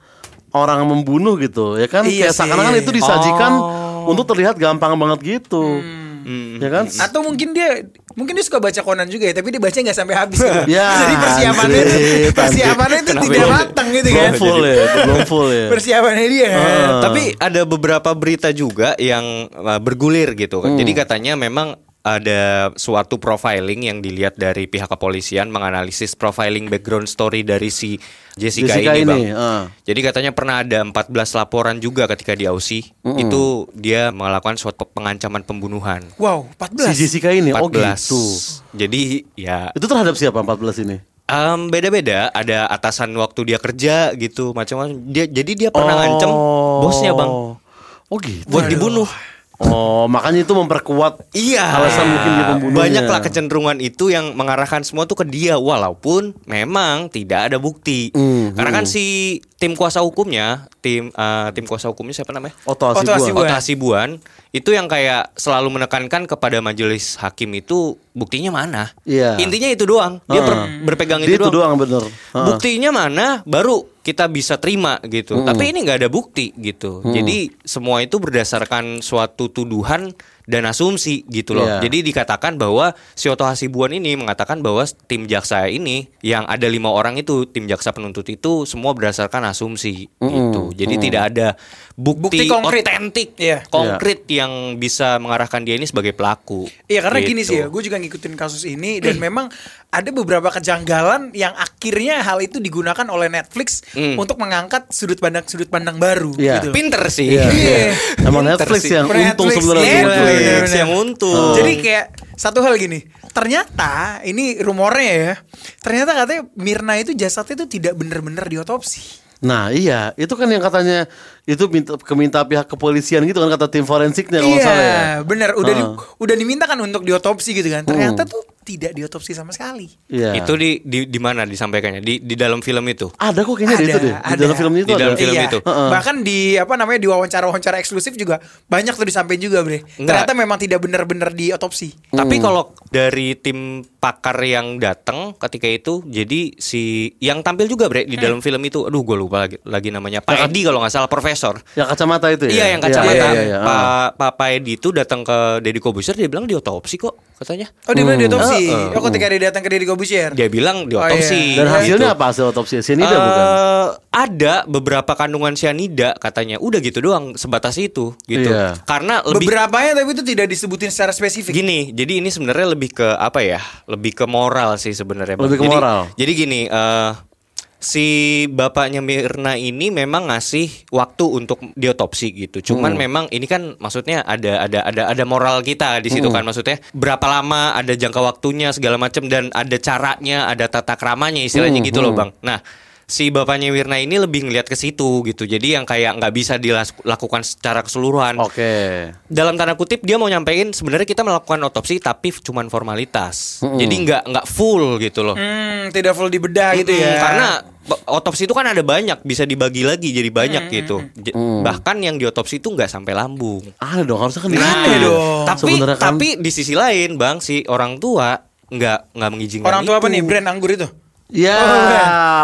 C: orang membunuh gitu ya kan
A: Iya sih.
C: kayak
A: Oh.
C: seakan-akan itu disajikan untuk terlihat gampang banget gitu
A: Hmm.
C: ya kan
A: Atau mungkin dia mungkin dia suka baca Conan juga ya, tapi dia bacanya nggak sampai habis. gitu.
C: *laughs* Ya,
A: Jadi persiapannya itu,
C: anjir, anjir.
A: persiapannya itu
B: Kenapa
A: tidak
B: ya?
A: matang gitu kan.
C: belum full ya belum full ya
A: Persiapannya dia. kan.
C: Ah.
B: Eh, Tapi ada beberapa berita juga yang eh, bergulir gitu
C: Hmm.
B: kan. Jadi katanya memang ada suatu profiling yang dilihat dari pihak kepolisian menganalisis profiling background story dari si Jessica,
C: Jessica
B: ini,
C: ini,
B: Bang.
C: eh.
B: Jadi katanya pernah ada 14 laporan juga ketika di Aussie
C: Hmm.
B: itu dia melakukan suatu pengancaman pembunuhan.
A: Wow,
C: si
A: 14.
C: Jessica ini
B: 14.
C: oh gitu
B: Jadi ya
C: itu terhadap siapa 14 ini
B: em, beda-beda ada atasan waktu dia kerja gitu macam-macam. Dia jadi dia pernah
C: Oh.
B: ngancem bosnya, Bang.
C: oh gitu
B: buat dibunuh.
C: Oh, makanya itu memperkuat
B: Iya.
C: Alasan mungkin dia pembunuhnya.
B: Banyaklah kecenderungan itu yang mengarahkan semua tuh ke dia walaupun memang tidak ada bukti.
C: Mhm.
B: Karena kan si tim kuasa hukumnya, tim eh, tim kuasa hukumnya siapa namanya?
C: Oto
A: Oto
C: Asibuan.
A: Asibuan.
B: Ota Hasibuan itu yang kayak selalu menekankan kepada majelis hakim itu buktinya mana?
C: Iya.
B: Intinya itu doang. Dia ber- berpegang
C: Dia
B: itu,
C: itu
B: doang.
C: doang bener. Heeh.
B: Buktinya mana? Baru kita bisa terima gitu. Tapi ini nggak ada bukti gitu. Jadi semua itu berdasarkan suatu tuduhan dan asumsi gitu loh.
C: Iya.
B: Jadi dikatakan bahwa si Oto Hasibuan ini mengatakan bahwa tim jaksa ini yang ada lima orang itu tim jaksa penuntut itu semua berdasarkan asumsi gitu. Jadi tidak ada
A: Bukti
B: bukti,
A: konkret.
B: otentik
A: Iya.
B: konkret yang bisa mengarahkan dia ini sebagai pelaku.
A: Iya karena gini
B: Gitu.
A: sih ya, gue juga ngikutin kasus ini dan *clears throat* memang ada beberapa kejanggalan yang akhirnya hal itu digunakan oleh Netflix untuk mengangkat sudut pandang sudut pandang baru.
C: Hmm. Iya.
A: Gitu.
B: Pinter sih.
C: Iya,
B: *laughs*
C: iya. Emang
B: Pinter
C: Netflix
B: sih.
C: yang
A: Netflix,
C: untung sebenarnya.
A: iya,
C: Untung.
A: bener-bener.
B: Netflix yang untung.
A: Jadi kayak satu hal gini, ternyata ini rumornya ya, ternyata katanya Mirna itu jasadnya itu tidak benar-benar diotopsi.
C: Nah iya, itu kan yang katanya itu minta, keminta pihak kepolisian gitu kan kata tim forensiknya kalau nggak salah ya.
A: Iya, benar. Udah di,
C: Heeh.
A: udah diminta kan untuk diotopsi gitu kan. Ternyata
C: Hmm.
A: tuh tidak diotopsi sama sekali.
C: Iya.
B: Itu di di di mana disampaikannya? Di di dalam film itu.
C: ada kok kayaknya ada, itu deh. Di dalam film itu
B: Di dalam
C: ada.
B: film itu.
C: Iya. Heeh.
A: Bahkan di apa namanya di wawancara-wawancara eksklusif juga banyak tuh disampaikan juga, Bre.
B: Enggak.
A: Ternyata memang tidak benar-benar diotopsi.
B: Tapi
C: Hmm.
B: kalau dari tim pakar yang datang ketika itu, jadi si yang tampil juga bre di dalam film itu, aduh gue lupa lagi, lagi namanya Pak Edi kalau nggak salah profesor.
C: Yang kacamata itu ya.
B: Iya yang kacamata
C: Iya, iya, iya. Ah.
B: Pak Pak Pak Edi itu datang ke Deddy Kobuser dia bilang diotopsi kok katanya.
A: Oh, dia bilang diotopsi.
B: Heeh.
A: Oh, ketika dia datang ke Deddy Kobusier.
B: Hmm. Dia bilang
A: Oh, iya.
B: diotopsi.
C: Dan
B: gitu.
C: hasilnya apa hasil otopsi? Sianida
B: Eh,
C: bukan?
B: Ada beberapa kandungan sianida katanya. Udah gitu doang sebatas itu gitu.
C: Iya.
B: Karena lebih
A: Beberapanya tapi itu tidak disebutin secara spesifik.
B: Gini, jadi ini sebenarnya lebih ke apa ya? Lebih ke moral sih sebenarnya. Bang.
C: Lebih ke
B: jadi,
C: moral.
B: Jadi gini, eh, si bapaknya Mirna ini memang ngasih waktu untuk diotopsi gitu. Cuman
C: Hmm.
B: memang ini kan maksudnya ada ada ada ada moral kita di
C: Hmm.
B: situ kan maksudnya. Berapa lama ada jangka waktunya segala macam dan ada caranya, ada tata kramanya istilahnya
C: Hmm,
B: gitu loh, Bang. Nah, si bapaknya Mirna ini lebih ngelihat ke situ gitu. Jadi yang kayak nggak bisa dilakukan secara keseluruhan
C: Oke.
B: dalam tanda kutip dia mau nyampein sebenarnya kita melakukan otopsi tapi cuman formalitas. Jadi nggak nggak full gitu loh.
A: Hmm, tidak full dibedah gitu ya.
B: Mm, Karena b- otopsi itu kan ada banyak, bisa dibagi lagi jadi banyak gitu. Je- Bahkan yang diotopsi itu nggak sampai lambung.
C: Ada dong harusnya kan di
A: Nah,
C: situ.
A: ada dong.
B: iya Tapi
C: Sebenarnya kan-
B: tapi di sisi lain, Bang, si orang tua nggak nggak mengizinkan
A: orang tua apa
B: itu.
A: nih brand anggur itu?
C: Ya,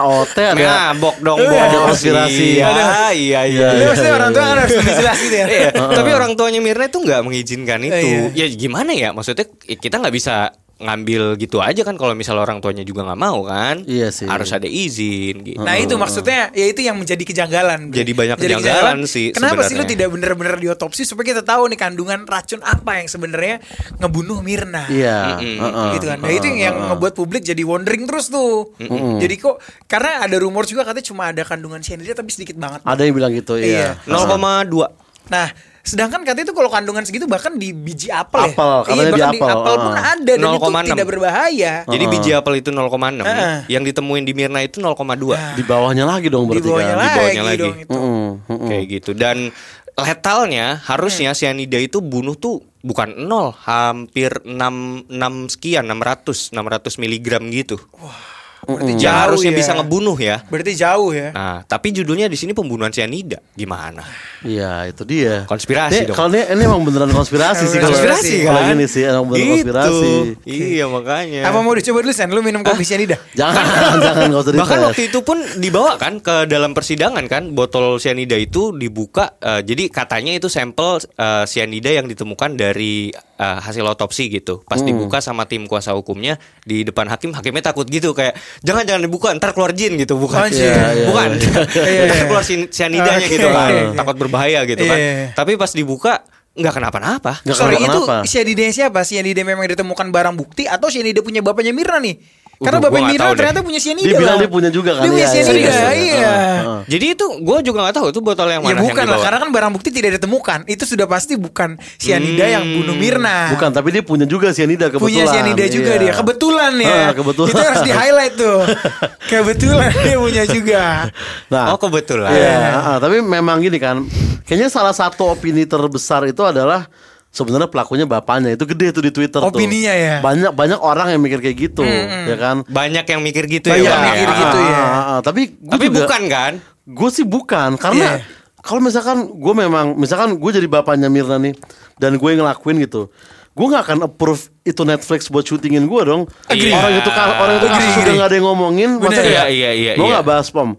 C: OT ada.
B: Mabok dong,
C: Ada
B: Bos.
C: konspirasi.
B: Iya, iya, iya.
A: Iya, maksudnya orang tua kan harus lebih jelas gitu ya.
B: *laughs* Iya, tapi orang tuanya Mirna itu nggak mengizinkan itu.
A: Iya.
B: Ya gimana ya? Maksudnya ya kita nggak bisa ngambil gitu aja kan kalau misalnya orang tuanya juga nggak mau kan?
C: Iya sih.
B: Harus ada izin. Gitu.
A: Nah itu maksudnya ya itu yang menjadi kejanggalan. Bro.
B: Jadi banyak kejanggalan sih
A: Kenapa sih lu
B: sebenarnya.
A: tidak benar-benar diotopsi supaya kita tahu nih kandungan racun apa yang sebenarnya ngebunuh Mirna.
C: Iya. heeh.
A: gitu kan. Nah itu yang ngebuat publik jadi wondering terus tuh. Jadi kok karena ada rumor juga katanya cuma ada kandungan cyanida tapi sedikit banget.
C: Ada yang bilang gitu, iya.
A: Iya.
B: 0,2
A: Nah sedangkan katanya itu kalau kandungan segitu bahkan di biji apel,
C: Apel,
A: ya.
C: katanya di
A: bahkan
C: apel,
A: pun
C: ah.
A: ada dan itu
B: 0,6.
A: tidak berbahaya.
B: Jadi biji apel itu 0,6
A: Heeh.
B: Yang ditemuin di Mirna itu 0,2
C: Di bawahnya lagi dong
A: Di
C: berarti
A: bawahnya
C: kan.
A: lagi,
B: bawahnya lagi.
A: dong itu.
C: Heeh.
B: Kayak gitu Dan letalnya harusnya cyanida itu bunuh tuh bukan 0 Hampir 6, 6 sekian 600 600 miligram gitu
A: Berarti
B: Yang
A: jauh
B: harusnya
A: ya.
B: bisa ngebunuh ya
A: Berarti jauh ya.
B: Nah, tapi judulnya di sini pembunuhan sianida. Gimana?
C: Iya, itu dia.
B: Konspirasi
C: Nih,
B: dong.
C: Kalau ini, ini emang beneran konspirasi kan? sih. kalau-
A: Konspirasi, kan?
C: Kalau gini sih, emang beneran
B: Gitu.
C: konspirasi.
B: Iya, Ah. makanya.
A: Apa mau dicoba dulu Sen? Lu minum kopi cyanida? *laughs*
C: Jangan, *laughs* jangan gak usah di
B: Bahkan waktu itu pun dibawa kan ke dalam persidangan kan botol sianida itu dibuka eh, jadi katanya itu sampel eh, sianida yang ditemukan dari eh, hasil otopsi gitu. Pas
C: Hmm.
B: dibuka sama tim kuasa hukumnya di depan hakim, hakimnya takut gitu kayak jangan jangan dibuka ntar keluar jin gitu bukan.
A: Anjir. Iya,
C: iya,
B: bukan.
A: iya.
B: *laughs* ntar keluar sin- sianidanya
A: Oke,
B: gitu kan.
A: oke.
B: Takut berbahaya gitu kan.
A: Iya.
B: Tapi pas dibuka nggak kenapa-napa.
C: Nggak
A: Sorry itu
C: kenapa-kenapa.
A: cyanida siapa? Cyanida memang ditemukan barang bukti atau cyanida punya bapaknya Mirna nih? Karena
B: Waduh, gua
A: bapaknya
B: nggak
A: Mirna
B: tahu deh.
A: ternyata punya cyanida.
C: Dia bilang
A: Bang.
C: dia punya juga kan,
A: Dia punya
C: iya, iya,
A: cyanida,
C: iya.
A: iya.
C: Heeh.
B: Jadi itu gue juga nggak tahu itu botol yang
A: Ya
B: mana
A: bukan
B: yang
A: lah
B: dibawa.
A: karena kan barang bukti tidak ditemukan. Itu sudah pasti bukan cyanida yang bunuh Mirna.
C: Hmm, Bukan, tapi dia punya juga sianida kebetulan.
A: Punya cyanida juga
C: Iya.
A: dia. Kebetulan ya.
C: Ah, kebetulan.
A: Itu harus di-highlight tuh. kebetulan dia punya juga.
C: *laughs* Nah,
B: Oh, kebetulan.
C: Iya, ah, tapi memang gini kan. Kayaknya salah satu opini terbesar itu adalah sebenarnya pelakunya bapaknya itu gede tuh di Twitter tuh.
A: Opininya ya.
C: Banyak banyak orang yang mikir kayak gitu, ya kan? Iya.
B: Banyak yang mikir gitu
A: Banyak
B: ya.
A: yang
B: Bang,
A: mikir
B: ya.
A: gitu ya.
C: Ah, ah, ah. Tapi gua
B: Tapi
C: juga-
B: bukan kan?
C: Gue sih bukan karena
A: Iya.
C: kalau misalkan gue memang misalkan gue jadi bapaknya Mirna nih dan gue ngelakuin gitu, gue nggak akan approve itu Netflix buat syutingin gue dong.
B: Agree.
C: Orang itu ka- orang itu kasus
A: Agree,
C: udah
A: agree.
C: nggak ada yang ngomongin, masa
B: Bener.
C: kayak,
B: Iya, iya, iya,
C: Gue
B: iya.
C: nggak bahas pom.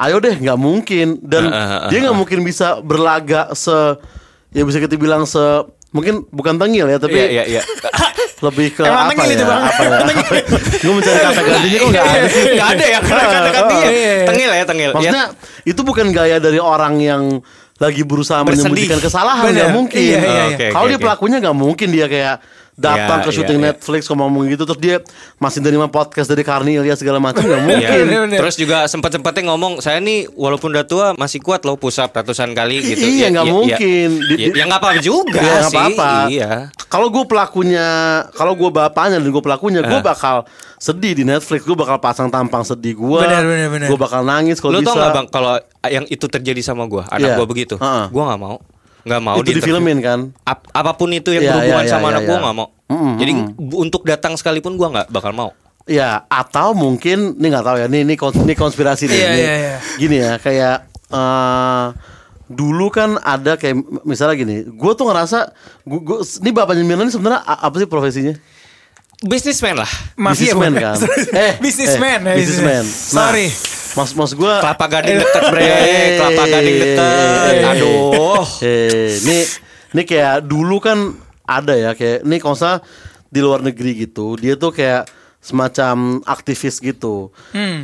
C: Ayo deh, nggak mungkin
B: Ah,
C: dan
B: ah, ah,
C: dia nggak mungkin bisa berlaga se ya bisa kita bilang se mungkin bukan tengil ya tapi
B: Iya iya iya.
C: lebih ke
A: Emang
C: apa
A: tengil Iya,
C: ya,
A: itu, Bang.
C: apa ya? gue mencari kata gantinya kok nggak ada sih
B: Enggak ada ya kata-katanya.
A: Iya.
B: Tengil ya, tengil. Ya,
C: Maksudnya itu bukan gaya dari orang yang lagi berusaha
B: Bersedih.
C: menyembunyikan kesalahan
A: Bener.
C: nggak mungkin. Eh,
A: Iya, iya,
B: iya.
C: Kalau
B: Oke,
C: dia
B: oke,
C: pelakunya nggak mungkin dia kayak datang
B: Iya,
C: ke
B: iya,
C: syuting
B: iya.
C: Netflix ngomong gitu terus dia masih terima podcast dari Karni Ilya segala macam nggak
B: Iya.
C: mungkin.
A: Bener, bener.
B: Terus juga sempat-sempatnya ngomong saya nih walaupun udah tua masih kuat loh pusap ratusan kali gitu.
C: Iya, nggak mungkin.
B: Ya,
C: Di- di-
B: Ya, nggak apa-apa juga
C: Iya, nggak
B: sih.
C: apa-apa.
B: Iya.
C: Kalau gue pelakunya, kalau gue bapaknya dan gue pelakunya, gue
B: Eh.
C: bakal sedih di Netflix. Gue bakal pasang tampang sedih gue.
A: Bener, bener, bener.
C: Gue bakal nangis
B: Lu
C: kalau bisa.
B: tau gak bang kalau yang itu terjadi sama gua anak
C: Iya.
B: gua begitu,
C: Heeh.
B: gua nggak mau, nggak mau
C: itu
B: diinterview.
C: difilmin kan?
B: Ap- apapun itu yang
C: Iya,
B: berhubungan
C: iya,
B: sama
C: iya,
B: anak
C: iya,
B: gua
C: iya.
B: nggak mau.
C: Mm-mm,
B: Jadi bu- untuk datang sekalipun gua nggak bakal mau.
C: Ya, atau mungkin ini nggak tahu ya. Ini ini, kons- ini konspirasi nih.
A: Iya,
C: Ini-
A: iya, iya.
C: Gini ya, kayak eh dulu kan ada kayak misalnya gini, gue tuh ngerasa gua, gua, ini bapaknya Mirna ini sebenarnya a- apa sih profesinya?
B: Businessman lah.
A: Mafia
C: Businessman
A: bukan? *laughs*
C: kan.
A: iya, Businessman,
C: eh,
A: eh,
C: businessman. Nah,
A: Sorry.
C: Mas mas gue
B: Kelapa gading deket bre,
C: Iya,
B: kelapa gading deket. Aduh.
C: Eh, ini ini kayak dulu kan ada ya kayak ini kalau nggak salah di luar negeri gitu. Dia tuh kayak semacam aktivis gitu.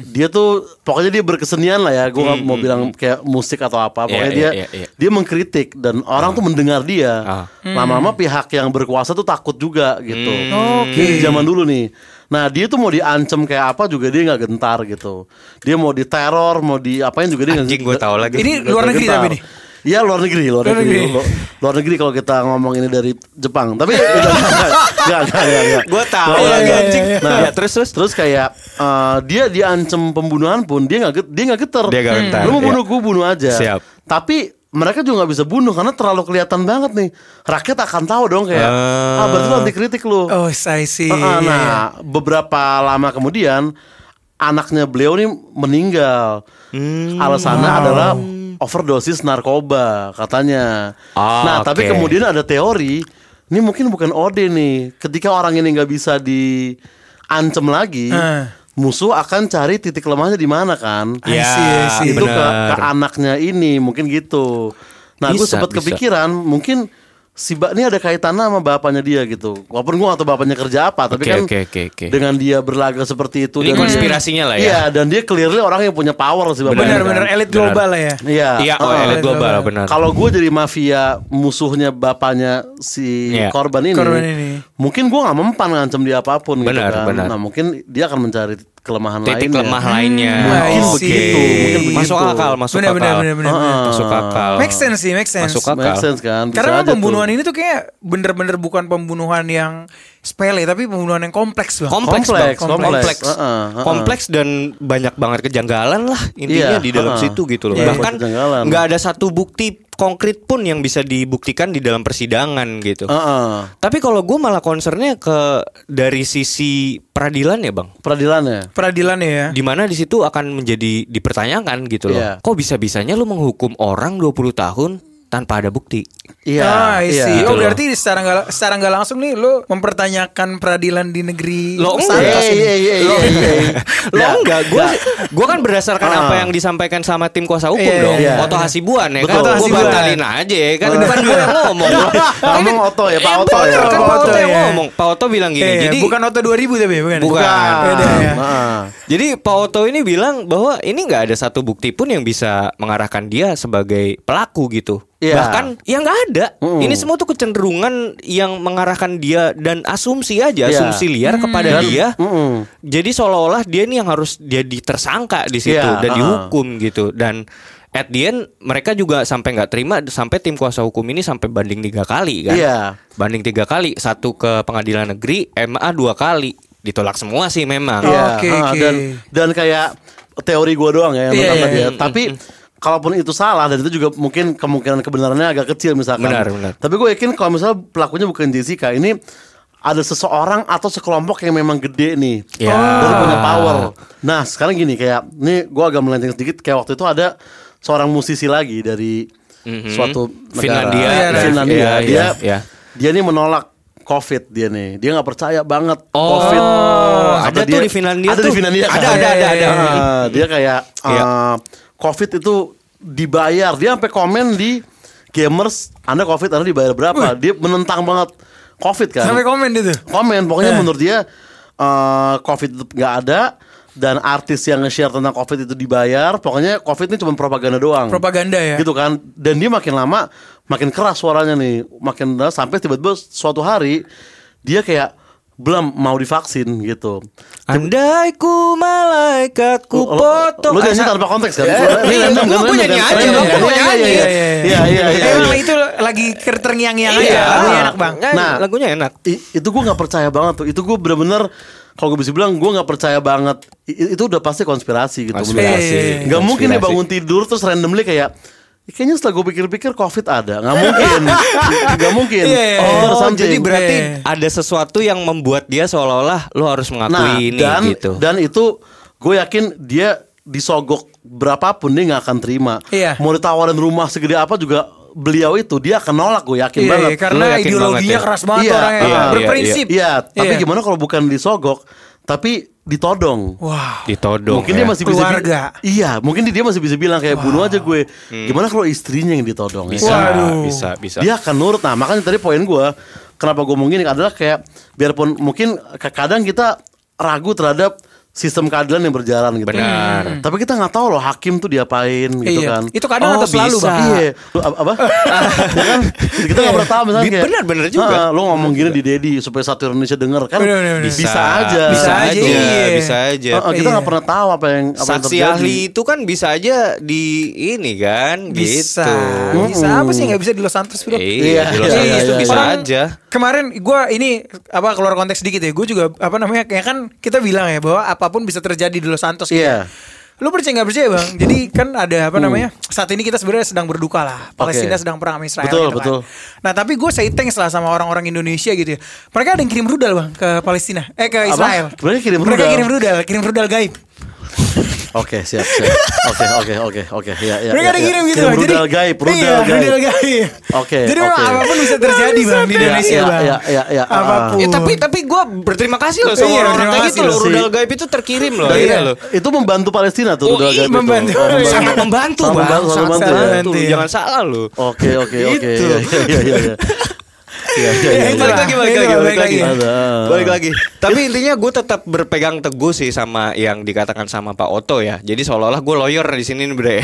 C: Dia tuh pokoknya dia berkesenian lah ya. Gue nggak mau bilang kayak musik atau apa. Pokoknya
B: Hmm, Iya,
C: dia
B: iya, iya, iya.
C: dia mengkritik dan orang tuh mendengar dia.
B: Ah.
C: Lama-lama pihak yang berkuasa tuh takut juga gitu.
A: Hmm. Oke.
C: Ini zaman dulu nih. Nah dia tuh mau diancem kayak apa juga dia nggak gentar gitu. Dia mau diteror, mau diapain juga dia Iya nggak-
B: Anjing, gua tahu lagi.
A: Ini luar negeri tapi nih?
C: Iya luar negeri, luar,
A: Luar
C: negeri.
A: negeri.
C: Lu- Luar negeri kalau kita ngomong ini dari Jepang.
A: *laughs*
C: Tapi enggak enggak enggak. enggak.
B: Gua tahu
C: Luar
A: lagi,
C: negeri.
A: anjing.
C: Nah,
B: Iya, terus, terus?
C: terus kayak eh, dia diancem pembunuhan pun dia enggak dia enggak geter.
B: Dia nggak getar,
C: Lu mau
B: iya.
C: bunuh gua bunuh aja.
B: Siap.
C: Tapi mereka juga nggak bisa bunuh karena terlalu kelihatan banget nih. Rakyat akan tahu dong kayak ah berarti lu anti kritik lu.
A: Oh, I see.
C: Heeh,
A: Iya,
C: nah,
A: iya.
C: beberapa lama kemudian anaknya beliau ini meninggal.
B: Hmm.
C: Alasannya adalah overdosis narkoba katanya.
B: Ah,
C: nah,
B: oke.
C: tapi kemudian ada teori ini mungkin bukan OD nih. Ketika orang ini nggak bisa diancem lagi,
A: Eh.
C: musuh akan cari titik lemahnya di mana kan?
B: Iya,
A: I see, I see.
C: itu ke,
B: bener.
C: ke anaknya ini mungkin gitu. Nah, gue
B: Bisa,
C: sempat
B: bisa.
C: kepikiran mungkin si Mbak ini ada kaitannya sama bapaknya dia gitu. Walaupun gue atau bapaknya kerja apa, tapi
B: Oke,
C: kan
B: oke, oke, oke.
C: dengan dia berlaga seperti itu
B: Ini konspirasinya lah ya.
C: Iya, dan dia clearly orang yang punya power si bapaknya.
A: Benar-benar
C: kan.
A: elit
B: Benar.
A: global lah ya.
C: Iya.
B: Iya, oh,
C: heeh.
B: elit global
A: global.
B: benar.
C: Kalau gue jadi mafia musuhnya bapaknya si
B: Iya.
C: korban ini,
A: Korban ini.
C: mungkin gue nggak mempan ngancem dia apapun
B: Benar,
C: gitu kan.
B: benar.
C: Nah mungkin dia akan mencari kelemahan
B: titik
C: lainnya.
B: lemah lainnya.
A: mungkin
B: Oke.
A: begitu, mungkin
B: Masuk
C: begitu.
B: akal, masuk
A: Benar,
B: akal.
A: benar, benar, benar, benar.
B: Masuk akal.
A: Make sense sih, make sense.
B: Masuk akal.
C: Make sense kan? Bisa
A: Karena
C: aja tuh.
A: memang pembunuhan ini tuh kayak bener-bener bukan pembunuhan yang sepele, tapi pembunuhan yang kompleks bang.
B: Kompleks,
C: Kompleks,
B: Bang. kompleks,
C: kompleks.
B: kompleks.
C: Heeh, heeh.
B: dan banyak banget kejanggalan lah intinya
C: Iya,
B: di dalam
C: heeh.
B: situ gitu loh.
C: Iya,
B: Bahkan
C: kejanggalan.
B: nggak ada satu bukti konkret pun yang bisa dibuktikan di dalam persidangan gitu.
C: Heeh.
B: Tapi kalau gue malah concernnya ke dari sisi peradilan ya bang,
C: Peradilannya.
A: Peradilan ya.
B: dimana di situ akan menjadi dipertanyakan gitu loh.
C: Iya.
B: Kok bisa bisanya lu menghukum orang 20 tahun tanpa ada bukti?
C: Iya.
A: ah, I
C: iya.
A: see.
B: Gitu
A: oh
B: loh.
A: berarti secara nggak secara nggak langsung nih lo mempertanyakan peradilan di negeri
B: Lo
A: sana
B: enggak.
A: sini.
C: Iya, iya, iya, iya, iya.
B: Lo
C: Nggak,
B: enggak, gue
C: nggak.
B: gue kan berdasarkan apa yang disampaikan sama tim kuasa hukum
A: Ah. Iya,
B: dong.
C: iya.
B: Oto Hasibuan ya
C: Betul.
B: kan,
A: Oto
B: gue
A: Hasibuan. Iya.
B: batalin aja ya kan, bukan gue yang ngomong.
C: Ngomong Oto ya, Pak
B: Eh,
C: Oto ya.
B: bener, kan
A: Pak
B: Pak Oto
A: Oto
B: yang
A: ya.
B: ngomong. Pak Oto bilang gini,
A: Iya, iya.
B: jadi
A: bukan Oto 2000 tapi ya, bukan.
B: Bukan.
A: Beda ya.
C: Iya. Heeh.
B: Jadi Pak Oto ini bilang bahwa ini nggak ada satu bukti pun yang bisa mengarahkan dia sebagai pelaku gitu.
C: Iya.
B: Bahkan ya nggak ada.
C: Mm.
B: Ini semua tuh kecenderungan yang mengarahkan dia dan asumsi aja,
C: Iya.
B: asumsi liar kepada
C: Dan-
B: dia.
C: Mm-mm.
B: Jadi seolah-olah dia nih yang harus jadi tersangka di situ
C: Iya,
B: dan
C: uh-uh.
B: dihukum gitu dan at the end mereka juga sampai nggak terima sampai tim kuasa hukum ini sampai banding tiga kali kan
C: Iya.
B: banding tiga kali satu ke pengadilan negeri MA dua kali ditolak semua sih memang
C: Iya.
A: Oke,
C: heeh.
A: oke.
C: Dan dan kayak teori gua doang ya yang
A: Iya,
C: pertama
A: iya.
C: ya. Tapi kalaupun itu salah dan itu juga mungkin kemungkinan kebenarannya agak kecil misalkan.
B: Benar, benar.
C: Tapi gue yakin kalau misalnya pelakunya bukan Jessica ini ada seseorang atau sekelompok yang memang gede nih
B: Ya.
C: dan punya power. Nah sekarang gini kayak ini gue agak melenceng sedikit kayak waktu itu ada seorang musisi lagi dari suatu negara.
B: Finlandia.
C: Oh, iya,
A: Iya,
C: Finlandia.
B: iya,
C: dia
B: iya, iya.
C: dia nih menolak COVID dia nih dia nggak percaya banget
B: Oh,
C: COVID.
B: ada
C: Kata
B: tuh di Finlandia
C: Ada
B: tuh.
C: di Finlandia.
A: Ada,
C: kan?
A: ada, ada, ada.
C: Nah, dia kayak eh,
B: Iya.
C: COVID itu dibayar. Dia sampai komen di gamers, Anda COVID Anda dibayar berapa? Dia menentang banget COVID kan.
A: Sampai komen
B: Iya,
A: itu.
C: Komen, pokoknya
A: Eh.
C: menurut dia eh, COVID itu nggak ada dan artis yang nge-share tentang COVID itu dibayar. Pokoknya COVID ini cuma propaganda doang.
A: Propaganda ya.
C: Gitu kan. Dan dia makin lama makin keras suaranya nih, makin keras sampai tiba-tiba suatu hari dia kayak belum mau divaksin gitu.
B: Andai ku malaikat ku
C: Lu- lu-
B: potong.
C: oh, Lu nyanyi
B: asa-
C: tanpa konteks kan?
B: Eh,
C: Ini
B: iya,
C: random
A: gua-
C: kan?
A: gua
C: Random
A: nyanyi
C: kan?
A: aja,
C: Random
A: gua
C: kan?
A: nyanyi.
C: Iya, iya, iya. Iya, iya, iya,
A: Emang
C: iya.
A: itu lagi keternyang-nyang aja.
B: Iya.
A: Lagunya enak bang.
B: Nah,
C: Nah.
B: lagunya enak.
C: I- itu gue nggak percaya banget tuh itu gue bener-bener kalau gue bisa bilang gue nggak percaya banget I- itu udah pasti konspirasi gitu menurut
A: Konspirasi.
C: gue. nggak mungkin dia
B: Konspirasi.
C: bangun tidur terus randomly kayak "Ih, kayaknya setelah gue pikir-pikir covid ada nggak mungkin nggak mungkin
A: Iya, iya, iya.
C: Or
B: Oh,
C: something.
B: jadi berarti
A: Iya.
B: ada sesuatu yang membuat dia seolah-olah lu harus mengakui
C: nah
B: ini
C: dan
B: gitu.
C: dan itu gue yakin dia disogok berapapun dia nggak akan terima
A: Iya.
C: mau ditawarin rumah segede apa juga beliau itu dia akan nolak gue yakin
A: Iya,
C: banget
A: iya, karena
B: Lu yakin
A: ideologinya
B: banget ya?
A: keras banget
C: Iya,
A: orangnya.
C: iya,
B: iya,
A: Berprinsip.
C: Iya, tapi
A: Iya.
C: gimana kalau bukan disogok, tapi ditodong.
A: Wow.
B: Ditodong.
C: mungkin
B: ya.
C: dia masih bisa bi-
A: Keluarga.
C: Iya, mungkin dia masih bisa bilang kayak bunuh aja gue. Gimana kalau istrinya yang ditodong? ya
B: bisa,
C: kan?
A: Waduh.
B: bisa, bisa.
C: Dia akan nurut. Nah, makanya tadi poin gue kenapa gue mungkin adalah kayak biarpun mungkin ke- kadang kita ragu terhadap sistem keadilan yang berjalan gitu.
B: Benar.
C: Tapi kita nggak tahu loh hakim tuh diapain gitu
A: Iya.
C: kan.
A: Itu kadang
B: Oh,
A: atau selalu
B: bisa.
A: bang.
C: Iya, lu apa? apa? Ya kan? kita nggak pernah tahu misalnya
B: Bi- benar-benar juga.
C: "Ah, lu ngomong gini di Dedi supaya satu Indonesia denger kan
A: Benar, benar, benar.
C: bisa, aja.
B: Bisa
A: Bisa
B: aja,
A: aja, iya.
B: bisa aja.
C: Ah, ah, kita
A: Iya.
C: nggak pernah tahu apa yang apa yang
B: Saksi
C: terjadi.
B: ahli itu kan bisa aja di ini kan
A: Bisa.
B: gitu.
A: Bisa apa sih nggak bisa di Los Santos bro?
B: Iya, di Los
C: Hmm. Iya,
B: Angeles
C: iya,
B: itu
C: iya,
B: bisa
A: Orang
B: aja.
A: Kemarin gue ini apa keluar konteks sedikit ya. Gue juga apa namanya kayak kan kita bilang ya bahwa apapun bisa terjadi di Los Santos. gitu ya.
C: Iya. Hmm.
A: Lu percaya nggak percaya bang? Jadi kan ada apa namanya? Saat ini kita sebenarnya sedang berduka lah. Palestina
C: Oke.
A: sedang perang sama Israel.
C: Betul,
A: gitu kan.
C: betul.
A: Nah tapi gue say thanks lah sama orang-orang Indonesia gitu ya. Mereka ada yang kirim rudal bang ke Palestina, eh ke
C: Apa?
A: Israel.
C: Mereka kirim
A: Mereka
C: rudal?
A: kirim rudal, kirim rudal gaib.
C: Oke, siap, siap. Oke, oke, oke, oke. Iya, iya.
A: Mereka
C: iya,
A: ada
C: iya.
A: kirim gitu
C: Kirim
A: Bang. Jadi-
C: Rudal gaib, rudal
A: iya,
C: gaib.
A: rudal gaib.
C: Oke,
A: Jadi memang
C: oke.
A: apapun bisa terjadi bang di
C: Iya,
A: Indonesia
C: iya,
A: bang.
C: iya, iya, iya.
A: Apapun.
B: Eh, tapi tapi gue berterima kasih loh sama
A: Iya,
B: orang-orang
A: berterima
B: kayak
A: kasih
B: gitu loh.
C: loh.
B: Rudal gaib itu terkirim loh.
A: Iya.
B: Iya loh.
C: Itu membantu Palestina tuh
B: Oh,
C: rudal
B: iya,
C: gaib itu.
A: membantu.
C: Oh,
B: Sangat membantu
C: Sangat
B: bang.
C: membantu, sangat
B: Sangat
C: membantu,
B: sangat
A: ya.
B: membantu. Jangan salah loh.
C: Oke, oke, oke.
B: Gitu.
C: Iya, iya, iya, iya. Iya, iya, iya,
A: Itu
C: iya.
B: Balik lagi, balik
A: Iya,
B: lagi,
A: iya,
B: balik
A: balik
B: lagi.
C: lagi.
B: Balik lagi. Tapi intinya gue tetap berpegang teguh sih sama yang dikatakan sama Pak Oto ya. Jadi seolah-olah gue lawyer di sini nih, Bre.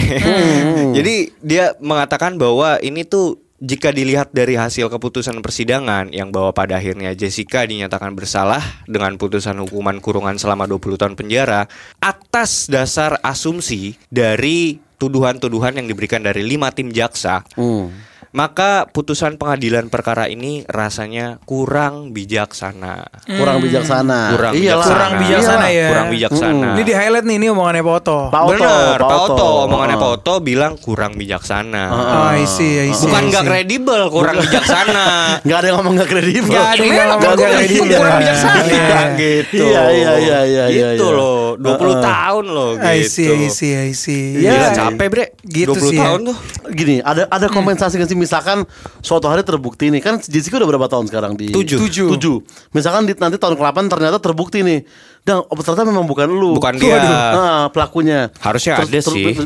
B: *laughs* Jadi dia mengatakan bahwa ini tuh jika dilihat dari hasil keputusan persidangan yang bahwa pada akhirnya Jessica dinyatakan bersalah dengan putusan hukuman kurungan selama 20 tahun penjara atas dasar asumsi dari tuduhan-tuduhan yang diberikan dari lima tim jaksa
C: Hmm.
B: maka putusan pengadilan perkara ini rasanya kurang bijaksana.
C: Kurang bijaksana.
B: Kurang
C: Nah, Iyalah.
A: Kurang
B: bijaksana. Iya.
A: bijaksana
C: Iyalah.
A: ya.
B: Kurang bijaksana.
C: Nah.
A: Ini di highlight nih ini omongannya Pak Otto.
C: Pak Oto,
B: Bener,
C: Pak
B: Pak
C: Oto.
B: Oto. Omongannya
C: Ah.
B: Pak Oto bilang kurang bijaksana.
A: Oh, I see, I see, I
B: Bukan
A: see.
B: nggak kredibel, kurang bijaksana.
C: Nggak ada yang ngomong nggak kredibel.
A: Nggak ada yang
B: Memang
A: ngomong nggak
B: aku hidup
A: kredibel.
B: Kurang bijaksana.
A: Iya.
B: gitu.
C: Iya, iya, iya, iya, iya,
B: Gitu
C: iya.
B: loh, 20 tahun loh
A: I
B: gitu.
A: see, I see, I see.
B: Gila,
A: Ya,
B: capek, Bre.
A: Gitu
B: 20
A: sih ya.
B: tahun tuh.
C: Gini, ada ada kompensasi nggak sih misalkan suatu hari terbukti nih kan Jessica udah berapa tahun sekarang di
B: Tujuh.
C: tujuh. Tujuh. Misalkan di, nanti tahun ke-8 ternyata terbukti nih. Dan oh, ternyata memang bukan lu.
B: Bukan
C: Tuh,
B: dia.
C: aduh, ah, pelakunya.
B: Harusnya ada sih.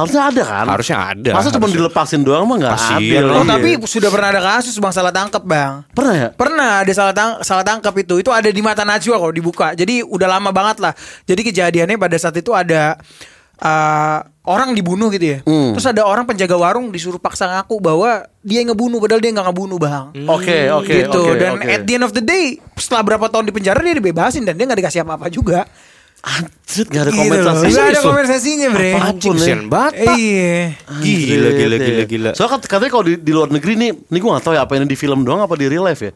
C: harusnya ada kan?
B: Harusnya ada,
C: Masa cuma
B: harusnya.
C: dilepasin doang mah nggak
B: Kasian
C: adil.
B: lu.
A: Oh,
C: Iya.
A: tapi sudah pernah ada kasus bang salah tangkap bang.
C: pernah ya?
A: Pernah ada salah tang salah tangkap itu. Itu ada di mata Najwa kalau dibuka. Jadi udah lama banget lah. Jadi kejadiannya pada saat itu ada eh, orang dibunuh gitu ya.
C: Hmm.
A: Terus ada orang penjaga warung disuruh paksa ngaku bahwa dia yang ngebunuh padahal dia nggak ngebunuh bang.
B: Hmm.
C: Oke, oke,
A: gitu.
C: oke,
A: dan
C: oke.
A: at the end of the day setelah berapa tahun di penjara dia dibebasin dan dia nggak dikasih apa-apa juga.
C: Anjir, nggak ada
A: Gitu
C: kompensasi.
A: loh. Nggak ada
C: Serius loh.
A: kompensasinya bre.
C: Apaan?
B: Anjing,
C: Ampun,
B: kesian
C: ya.
B: banget, Pak.
A: Iya.
B: Gila, gila,
C: Anjrit,
B: gila,
C: ya.
B: gila.
C: Soalnya kat- katanya kalau di, di luar negeri nih, nih gue gak tahu ya apa ini di film doang apa di real life ya.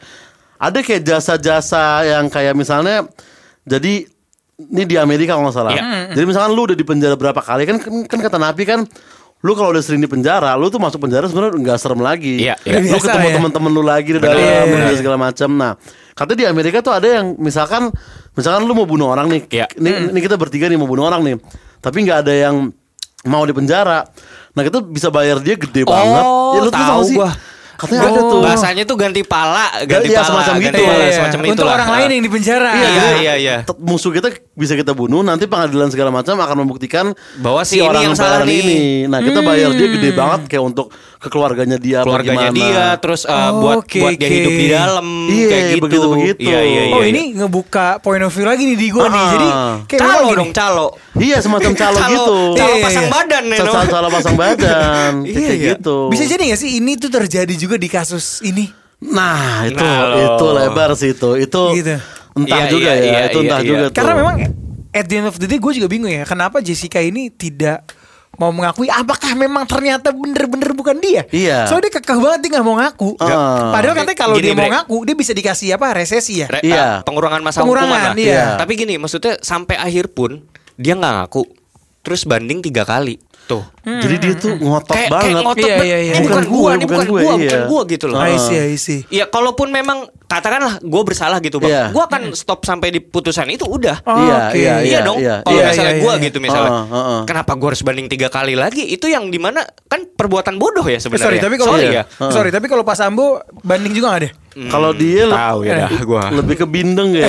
C: Ada kayak jasa-jasa yang kayak misalnya, jadi ini di Amerika kalau nggak salah.
A: Hmm,
B: Iya.
C: Jadi misalkan lu udah di penjara berapa kali kan kan, kan kata Nabi kan lu kalau udah sering di penjara, lu tuh masuk penjara sebenarnya nggak serem lagi.
B: Iya, iya.
C: Lu
A: Biasa
C: ketemu
A: ya. iya,
C: teman-teman lu lagi di
B: Benar,
C: dalam
A: benar.
C: dan segala macam. Nah, katanya di Amerika tuh ada yang misalkan misalkan lu mau bunuh orang nih.
B: Iya.
C: Ini, ini kita bertiga nih mau bunuh orang nih. Tapi nggak ada yang mau di penjara. Nah, kita bisa bayar dia gede banget.
A: Ya,
B: Oh,
C: tuh
B: tahu
C: tau sih?
B: gua.
C: Oh,
A: Oh.
B: Gua-
C: Katanya ada tuh.
B: Bahasanya tuh ganti pala, ganti
C: Iya,
B: pala,
C: semacam
B: ganti
C: gitu.
B: pala,
C: Iya,
B: semacam
A: Untuk
B: itulah.
A: orang lain yang di penjara.
B: Iya,
A: Gitu.
B: iya, iya.
C: Tet- musuh kita bisa kita bunuh nanti pengadilan segala macam akan membuktikan
B: Bahwa si ini yang salah
C: bayaran
B: nih. Hmm.
C: ini. Nah, kita bayar dia gede banget kayak untuk ke keluarganya dia apa
B: keluarganya
C: gimana.
B: dia, terus eh, buat
A: Oh, Oke,
B: buat dia
A: oke.
B: hidup di dalam,
C: Iya,
B: kayak gitu.
C: begitu-begitu.
B: Iya, iya, iya.
A: Oh
B: iya.
A: ini ngebuka point of view lagi nih di gua nih.
C: Ah.
A: Jadi kayak
B: calo
A: memang gini.
B: dong calo.
C: Iya, semacam calo
B: *laughs*
C: gitu.
B: Calo
A: Iya, iya,
B: pasang
A: iya.
B: badan ya,
C: Calo,
B: Nom.
C: calo pasang badan
B: Iya,
C: kayak
B: iya.
C: gitu.
A: Bisa jadi gak sih ini tuh terjadi juga di kasus ini?
C: Nah, itu
B: Nah, loh.
C: itu lebar sih itu. Itu
A: Gitu.
C: entah
B: Iya,
C: juga
B: iya,
C: ya,
B: iya,
C: itu
B: iya,
C: entah
B: iya.
C: juga tuh.
A: Karena memang at the end of the day gue juga bingung ya kenapa Jessica ini tidak mau mengakui apakah memang ternyata bener-bener bukan dia.
C: Iya.
A: Soalnya dia kekeh banget dia nggak mau ngaku.
C: Ah.
A: Padahal katanya kalau
B: Gini,
A: dia mau
B: Bre.
A: ngaku dia bisa dikasih apa resesi ya.
B: *laughs* Re- eh,
C: Iya.
B: pengurangan masa
A: Pengurangan,
B: hukuman lah.
A: iya.
B: Tapi gini, maksudnya sampai akhir pun dia nggak ngaku. Terus banding tiga kali. Tuh.
C: Jadi dia tuh ngotot
B: Hmm. Kayak kayak
C: banget.
B: ngotot.
A: Iya,
B: bet-
A: iya, iya.
B: Ini bukan,
C: Bukan
B: gua,
C: gue,
B: ini
C: bukan
B: bukan
C: gue,
B: gua,
C: iya.
B: bukan gua gitu loh.
A: I see, I see.
B: Ya kalaupun memang katakanlah gue bersalah gitu bang,
C: Iya.
B: gue akan stop sampai di putusan itu udah.
A: Oh,
C: iya,
A: oke.
C: iya,
B: iya, dong.
C: iya,
B: kalau
A: iya,
B: misalnya
A: iya,
B: gue
A: iya.
B: gitu misalnya,
C: Heeh, heeh.
B: kenapa gue harus banding tiga kali lagi? Itu yang dimana kan perbuatan bodoh
A: Eh,
B: ya sebenarnya.
A: sorry tapi kalau
B: Sorry
A: Iya.
B: ya.
A: Heeh. sorry tapi kalau Pak Sambo banding juga nggak deh.
C: Kalau dia le-
B: Hmm. Tahu ya dah gue.
C: lebih ke bindeng
B: *laughs*
C: ya.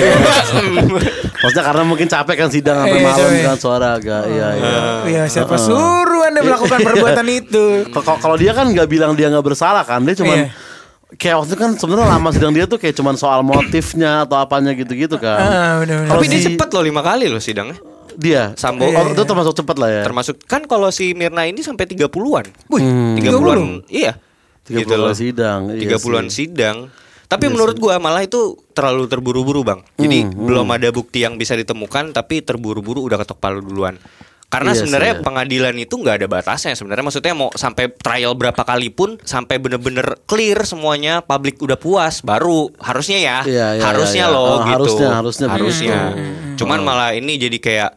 C: Maksudnya karena mungkin capek kan sidang sampai
A: Iya,
C: malam
A: capek.
C: kan suara agak
B: Hmm.
C: iya iya.
A: Iya siapa suruh anda melakukan perbuatan itu?
C: Kalau- Kalau kalau dia kan nggak bilang dia nggak bersalah kan, dia
A: Iya.
C: cuman kayak waktu itu kan sebenarnya lama sidang dia tuh kayak cuman soal motifnya atau apanya gitu-gitu kan.
A: Ah, benar-benar.
C: Kalau
B: *laughs* Tapi dia
C: si-
B: cepet Iya, loh lima kali loh sidangnya.
A: Eh.
C: Dia
B: Sambo.
C: Oh, itu termasuk cepat lah ya.
B: Termasuk kan kalau si Mirna ini sampai 30-an.
A: Wih,
B: Hmm.
C: Hmm.
B: 30-an. Iya.
C: 30-an sidang, iya
B: 30-an sidang. Tapi menurut gua malah itu terlalu terburu-buru, Bang. Jadi
C: Hmm,
B: belum ada bukti yang bisa ditemukan tapi terburu-buru udah ketok palu duluan. Karena
C: Iya sih,
B: sebenarnya
C: iya.
B: pengadilan itu nggak ada batasnya sebenarnya. Maksudnya mau sampai trial berapa kali pun sampai bener-bener clear semuanya, publik udah puas, baru harusnya ya,
C: Iya, iya,
B: harusnya
C: iya, iya.
B: loh
C: Oh,
B: gitu.
C: harusnya, harusnya
B: harusnya.
C: begitu. Hmm.
B: Cuman
C: Oh.
B: malah ini jadi kayak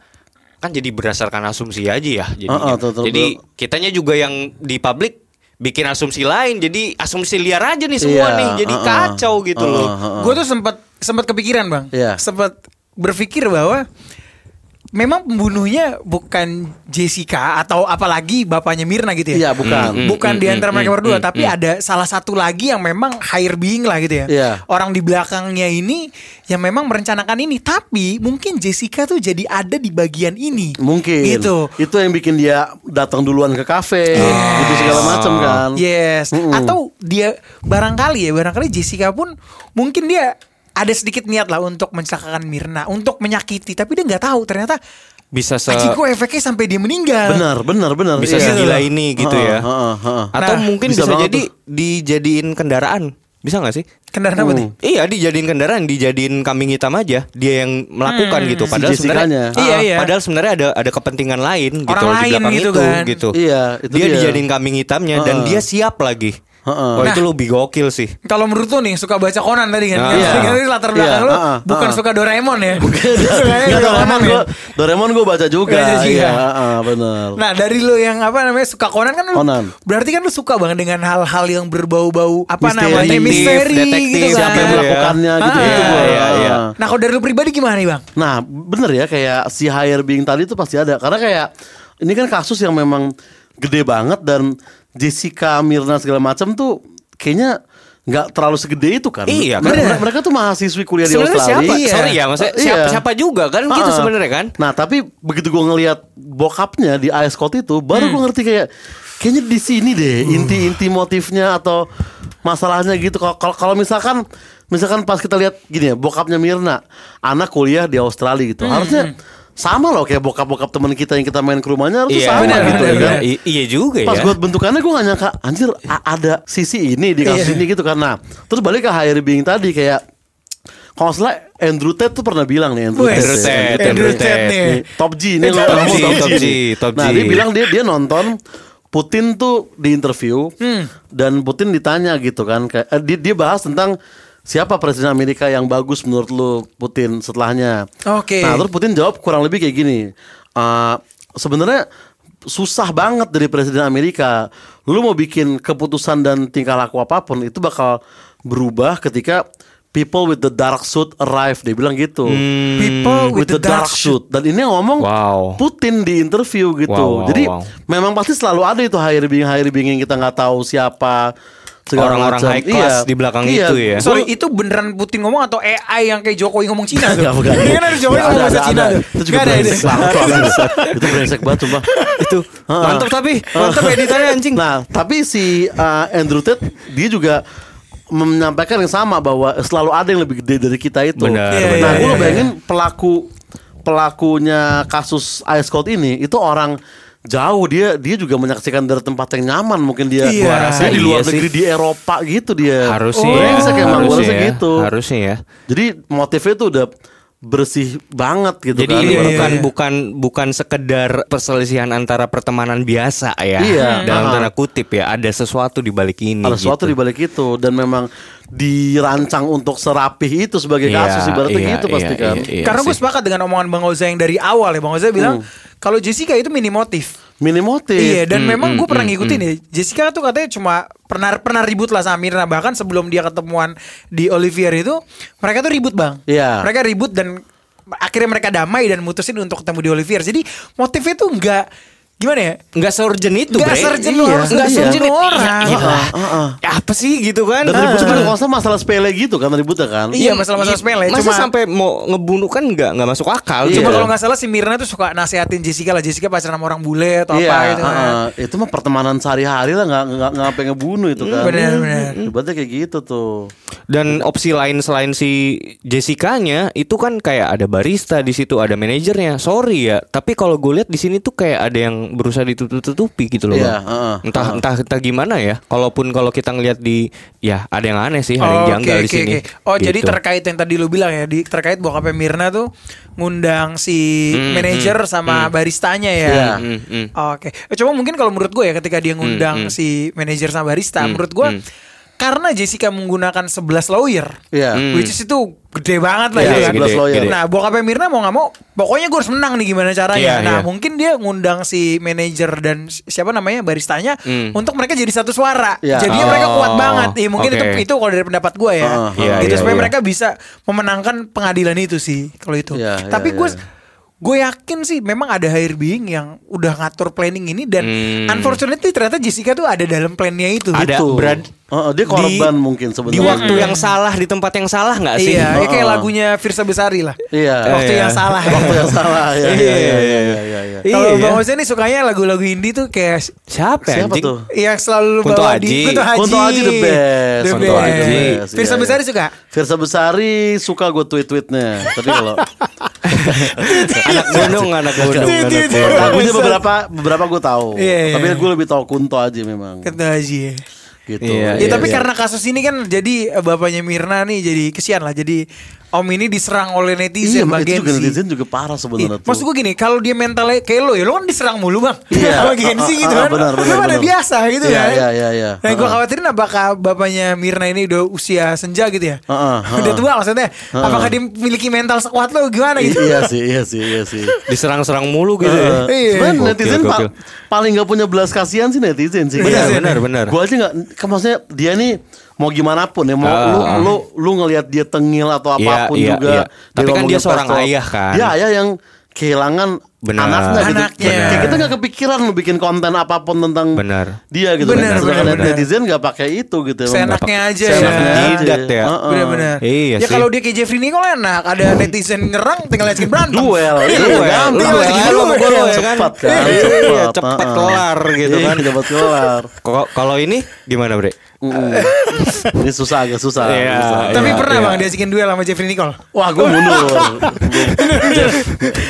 B: kan jadi berdasarkan asumsi aja ya
C: Ah,
B: jadinya.
C: ah, betul, betul,
B: jadi
C: betul.
B: kitanya juga yang di publik bikin asumsi lain jadi asumsi liar aja nih semua
C: Iya,
B: nih jadi
C: uh-uh.
B: kacau gitu
C: Uh-uh.
B: loh
A: Gue tuh sempat sempat kepikiran bang,
C: Iya.
A: sempat berpikir bahwa memang pembunuhnya bukan Jessica atau apalagi bapaknya Mirna gitu ya.
C: Iya, bukan.
B: Mm, mm,
A: bukan
B: mm,
A: di
B: mm,
A: antara mereka
B: mm,
A: berdua,
B: mm,
A: tapi ada salah satu lagi yang memang higher being lah gitu ya.
C: Iya.
A: Orang di belakangnya ini yang memang merencanakan ini, tapi mungkin Jessica tuh jadi ada di bagian ini.
C: Mungkin
A: Gitu.
C: Itu yang bikin dia datang duluan ke kafe gitu segala macam kan.
A: Ah. Yes. Atau dia barangkali ya, barangkali Jessica pun mungkin dia ada sedikit niat lah untuk mencelakakan Mirna, untuk menyakiti, tapi dia nggak tahu ternyata
B: bisa se
A: Aji kok efeknya sampai dia meninggal.
C: Benar, benar, benar.
B: bisa
C: iya. ah,
B: segila ini gitu ya
C: Ha, ha, ha, ha.
B: atau
A: Nah,
B: mungkin
C: bisa
B: bisa,
C: banget
B: jadi dijadiin kendaraan bisa nggak sih
A: Kendaraan
C: Mm.
A: apa nih?
B: Iya dijadiin kendaraan, dijadiin kambing hitam aja dia yang
A: Hmm.
B: melakukan gitu. Padahal
C: Si Jessica-nya.
B: sebenarnya,
A: Iya, iya.
B: padahal sebenarnya ada ada kepentingan lain gitu
A: Orang
B: loh
A: lain
B: di belakang
A: gitu
B: itu
A: kan.
B: gitu.
C: Iya, itu
B: dia,
C: dia.
B: dijadiin kambing hitamnya dan
C: Heeh.
B: dia siap lagi.
C: Heeh.
B: Wah
A: Nah.
B: itu lebih gokil sih.
A: Kalau menurut lo nih suka baca Conan tadi kan?
B: Ah.
A: Kan
B: Iya.
A: tadi- kan tadi latar belakang
C: Iya,
A: lo
C: ah, ah,
A: bukan
C: ah.
A: suka Doraemon
C: *laughs*
A: ya? kan? Bukan.
C: Nggak, *laughs* Doraemon gue
A: ya?
C: Doraemon gue baca juga.
A: Baca juga.
C: Iya, ha, ha, benar.
A: Nah dari lo yang apa namanya suka Conan kan lo-
C: Conan.
A: Berarti kan lo suka banget dengan hal-hal yang berbau-bau Apa
C: Misteri.
A: namanya misteri
B: Detektif,
A: gitu kan
C: Siapa yang
B: Iya.
C: melakukannya gitu
A: Ah,
C: gitu-gitu
A: iya,
C: gua.
B: iya, iya.
C: Ha.
A: Nah kalau dari lo pribadi gimana nih bang?
C: Nah, bener ya kayak si higher being tadi itu pasti ada. Karena kayak ini kan kasus yang memang gede banget dan Jessica, Mirna segala macam tuh kayaknya nggak terlalu segede itu kan.
B: Iya, kan?
C: Mereka, mereka tuh mahasiswi kuliah di
B: Sebenarnya
C: Australia.
B: siapa?
A: Iya.
B: Sorry ya, maksudnya
C: Iya.
B: siapa, siapa juga kan gitu
C: Ha-ha.
B: sebenarnya kan.
C: Nah, tapi begitu gue ngelihat bokapnya di Ice Court itu,
A: Hmm.
C: baru gue ngerti kayak kayaknya di sini deh inti-inti motifnya atau masalahnya gitu. Kalau kalau- kalau misalkan misalkan pas kita lihat gini ya, bokapnya Mirna, anak kuliah di Australia gitu.
A: Hmm.
C: Harusnya sama loh kayak bokap-bokap teman kita yang kita main ke
B: Iya,
C: rumahnya harusnya sama
A: Iya, benar,
C: gitu
A: benar,
C: ya kan.
A: benar.
B: I- iya juga
C: Pas
B: ya.
C: buat bentukannya gue gak nyangka Anjir a- ada sisi ini di kasus
B: Iya.
C: ini gitu karena Terus balik ke Harry Bing tadi kayak Kalau nggak salah Andrew Tate tuh pernah bilang nih Andrew
A: Wes,
C: Tate
B: Andrew
C: ya,
B: Tate,
C: Andrew Tate.
B: Andrew
C: Nih,
B: Tate.
C: nih, Top G Ini
B: Eh,
C: lo
B: top
C: kamu
B: G,
C: top
B: top
C: G
B: G, top
C: Nah
B: G.
C: dia bilang dia dia nonton Putin tuh di interview
B: Hmm.
C: Dan Putin ditanya gitu kan kayak, eh, dia, dia bahas tentang Siapa presiden Amerika yang bagus menurut lu Putin setelahnya
A: Oke.
C: Nah terus Putin jawab kurang lebih kayak gini. Eh, "Ah, Sebenarnya susah banget dari presiden Amerika. Lu mau bikin keputusan dan tingkah laku apapun itu bakal berubah ketika people with the dark suit arrive. Dia bilang gitu.
B: Hmm.
A: People with, the, dark, shoot.
C: Dan ini yang ngomong
B: Wow.
C: Putin di interview gitu.
B: Wow, wow,
C: Jadi
B: wow.
C: memang pasti selalu ada itu hire bing hire binging kita nggak tahu siapa segala
B: Orang-orang
C: macam. Iya.
B: high class di belakang itu ya.
A: Sorry, itu beneran Putin ngomong atau AI yang kayak Jokowi ngomong
C: *laughs*
A: Cina tuh?
C: Enggak, bukan.
A: Ini kan ada Jokowi
C: Nggak,
A: ngomong
C: ada,
A: bahasa
C: ada,
A: Cina
C: ada.
A: tuh.
C: Itu juga
A: Nggak ada
C: brengsek
A: ini.
C: banget soalnya. Itu brengsek banget sumpah. Itu Ah.
B: Mantap tapi, mantap editannya anjing.
C: Nah, tapi si uh, Andrew Tate dia juga menyampaikan yang sama bahwa selalu ada yang lebih gede dari kita itu.
B: Benar,
A: Iya,
C: nah,
A: benar,
C: gue
A: iya,
C: bayangin pelaku pelakunya kasus Ice Cold ini itu orang jauh dia dia juga menyaksikan dari tempat yang nyaman mungkin dia
A: Iya. Oh. Gua rasa
C: dia di luar
B: iya
C: negeri di Eropa gitu dia
B: Harusnya ya,
C: brengsek emang gua
B: harusnya
C: rasa
B: ya,
C: gitu
B: harusnya ya.
C: jadi motifnya tuh udah bersih banget gitu
B: Jadi
C: kan.
B: ini
A: Iya, iya,
B: bukan
A: iya.
B: bukan bukan sekedar perselisihan antara pertemanan biasa ya.
C: Iya.
B: Dalam
C: Hmm.
B: tanda kutip ya, ada sesuatu di balik ini.
C: ada sesuatu
B: gitu.
C: di balik itu dan memang dirancang untuk serapih itu sebagai
B: Iya,
C: kasus ibaratnya
B: iya,
C: gitu
B: iya,
C: pasti kan.
B: iya, iya.
A: Karena gue
B: sih.
A: sepakat dengan omongan Bang Oza yang dari awal ya. Bang Oza bilang kalau Jessica itu mini motif.
C: Minimotif.
A: Iya dan memang
C: hmm,
A: gue pernah ngikutin ya Jessica tuh katanya cuma pernah pernah ribut lah sama Mirna bahkan sebelum dia ketemuan di Olivier itu mereka tuh ribut bang.
C: Iya.
A: Mereka ribut dan akhirnya mereka damai dan mutusin untuk ketemu di Olivier. Jadi motifnya tuh nggak gimana ya?
B: nggak surgeon itu,
A: Nggak
B: Bre.
A: surgeon
C: Iya,
A: orang, nggak
C: iya.
A: surgeon orang. Gitu
B: Ya, gila.
C: Heeh, heeh.
B: Ya, apa sih gitu kan?
C: Dan ribut
B: Ah.
A: Nah.
C: cuma kalau nggak salah masalah sepele gitu kan ributnya kan.
A: Iya, masalah-masalah sepele,
B: Masa
A: cuma-
B: sampai mau ngebunuh kan nggak nggak masuk akal.
C: Iya.
A: Cuma
B: gitu.
A: kalau nggak salah si Mirna tuh suka nasehatin Jessica lah Jessica pacaran sama orang bule atau
C: Iya,
A: apa gitu kan.
C: heeh. itu mah pertemanan sehari-hari lah nggak nggak nggak sampai ngebunuh itu kan.
A: benar, benar.
C: Ibaratnya kayak gitu tuh.
B: Dan opsi lain selain si Jessica-nya itu kan kayak ada barista di situ, ada manajernya. Sorry ya, tapi kalau gue lihat di sini tuh kayak ada yang berusaha ditutup-tutupi gitu loh. Bang.
C: Iya, heeh,
B: entah, entah entah gimana ya. Kalaupun kalau kita ngelihat di ya ada yang aneh sih, ada yang janggal
A: Oke,
B: di
A: oke,
B: sini.
A: oke. Oh, jadi
B: Gitu.
A: terkait yang tadi lu bilang ya, di terkait bokapnya Mirna tuh ngundang si manajer sama baristanya ya.
C: Iya.
B: Hmm, hmm.
A: Oke. Eh, Cuma mungkin kalau menurut gue ya ketika dia ngundang si manajer sama barista,
B: Hmm,
A: menurut gue karena Jessica menggunakan 11 lawyer.
C: Iya.
B: Hmm.
A: Which is itu gede banget lah
C: Iya,
A: gitu kan.
C: 11 lawyer.
A: Nah, bokapnya Mirna mau nggak mau, pokoknya gue harus menang nih gimana caranya.
B: Iya,
A: nah,
B: iya.
A: mungkin dia ngundang si manajer dan si- siapa namanya baristanya
B: Hmm.
A: untuk mereka jadi satu suara.
C: Iya.
A: Jadinya mereka kuat
B: Oh,
A: banget. Iya, mungkin itu
B: oke.
A: itu kalau dari pendapat gue ya.
C: Ah,
B: iya,
A: gitu
B: iya,
A: supaya
B: iya.
A: mereka bisa memenangkan pengadilan itu sih kalau itu.
C: Iya,
A: Tapi
C: iya,
A: gue
C: iya.
A: Gue yakin sih memang ada hire being yang udah ngatur planning ini dan
B: Hmm.
A: unfortunately ternyata Jessica tuh ada dalam plannya itu. gitu.
B: Ada
C: Itu.
B: berad-
C: Heeh, dia
B: di-
C: korban
B: di
C: mungkin sebenarnya.
B: waktu yang salah di tempat yang salah nggak sih? Oh,
A: Iya, ya kayak
C: Heeh.
A: lagunya Firsa Besari lah.
C: Iya.
A: Waktu
B: Iya.
A: yang salah.
C: Waktu yang
A: *laughs*
B: *laughs*
C: salah. Iya, iya, iya, iya, iya, iya.
A: Kalau
B: Iya.
A: Bang Oza nih sukanya lagu-lagu indie tuh kayak
B: Siapa,
C: Siapa
B: anjing?
C: tuh?
A: yang selalu lu
B: Kunto
A: bawa
B: Aji.
A: di Kunto Haji.
C: Kunto Aji the best.
A: The
B: Kunto
A: best.
B: Aji.
A: Firsa
C: Iya, iya.
A: Besari suka?
C: Firsa Besari suka gue tweet-tweetnya. Tapi
A: *laughs*
C: kalau
B: Anak gunung, anak gunung, anak
A: Titit.
B: gunung.
C: Iya, lagunya beberapa beberapa gue tahu.
A: Iya, iya.
C: Tapi gue lebih tahu Kunto aja memang.
A: Kunto Haji ya.
C: Gitu.
B: Iya,
A: Ya, tapi karena kasus ini kan jadi eh, bapaknya Mirna nih jadi kesian lah. Jadi Om ini diserang oleh
C: Iya,
A: netizen
C: emang
A: bagian
C: itu juga netizen juga parah
A: Ih,
C: sebenarnya tuh.
A: maksud gue gini, kalau dia mentalnya kayak lo ya, lo kan diserang mulu bang, *laughs*
C: Iya.
A: sama Gensi
C: Ah,
A: gitu
C: ah,
A: kan,
C: ah, benar,
A: Lu
C: benar,
A: kan ada
C: benar.
A: biasa gitu
C: Iya,
A: kan.
C: iya, iya, iya.
A: Nah, gue
C: Ah, ah.
A: khawatirin apakah bapaknya Mirna ini udah usia senja gitu ya,
C: Ah, ah, ah.
A: *laughs* udah tua maksudnya,
C: Ah, ah.
A: apakah dia memiliki mental sekuat lo gimana
C: I-
A: gitu?
C: iya sih, iya sih, iya sih.
B: Diserang-serang mulu gitu
A: Eh,
B: ya.
A: Iya.
C: Sebenarnya
B: Gokil,
C: netizen pa-
B: gokil.
C: paling gak punya belas kasihan sih netizen sih.
B: Benar,
C: Iya.
B: benar, benar.
C: Gua aja nggak, kan maksudnya dia nih mau gimana pun ya, mau
B: Ah.
C: lu lu lu ngelihat dia tengil
B: Iya,
C: atau apapun
B: iya,
C: juga.
B: iya. Tapi kan
C: ngomongin
B: dia seorang
C: pesta.
B: ayah kan.
C: Dia ayah Iya, yang kehilangan
B: Benar.
C: anaknya gitu.
A: Anaknya.
C: Kayak kita nggak kepikiran lu bikin konten apapun tentang
B: Benar.
C: dia gitu.
A: Benar,
C: kan. Sedangkan
A: benar, benar.
C: netizen nggak pakai itu gitu. emang.
A: Seenaknya aja
C: Seenaknya
A: ya.
C: aja.
B: Jidat ya.
C: Heeh.
A: Benar-benar.
B: Iya
A: ya
B: sih.
A: kalau dia kayak Jeffrey Nicole enak, ada netizen nyerang tinggal liatin berantem.
C: duel
A: Iya,
C: Iya,
B: duel.
C: gampang.
B: Duel
C: Iya,
B: aja lu sama gua, ya kan?
C: cepat kan
B: Iya,
C: cepat,
B: cepat
C: heeh.
B: kelar gitu
C: Iya,
B: kan.
C: cepat *laughs* kelar
B: Kok- Kalau ini gimana bre?
C: Mm-mm. ini susah agak susah
B: Iya,
C: susah.
A: Tapi
B: Iya,
A: pernah
B: iya.
A: bang diajakin duel sama Jeffrey Nicole?
C: wah gue
B: *laughs*
C: mundur Gua-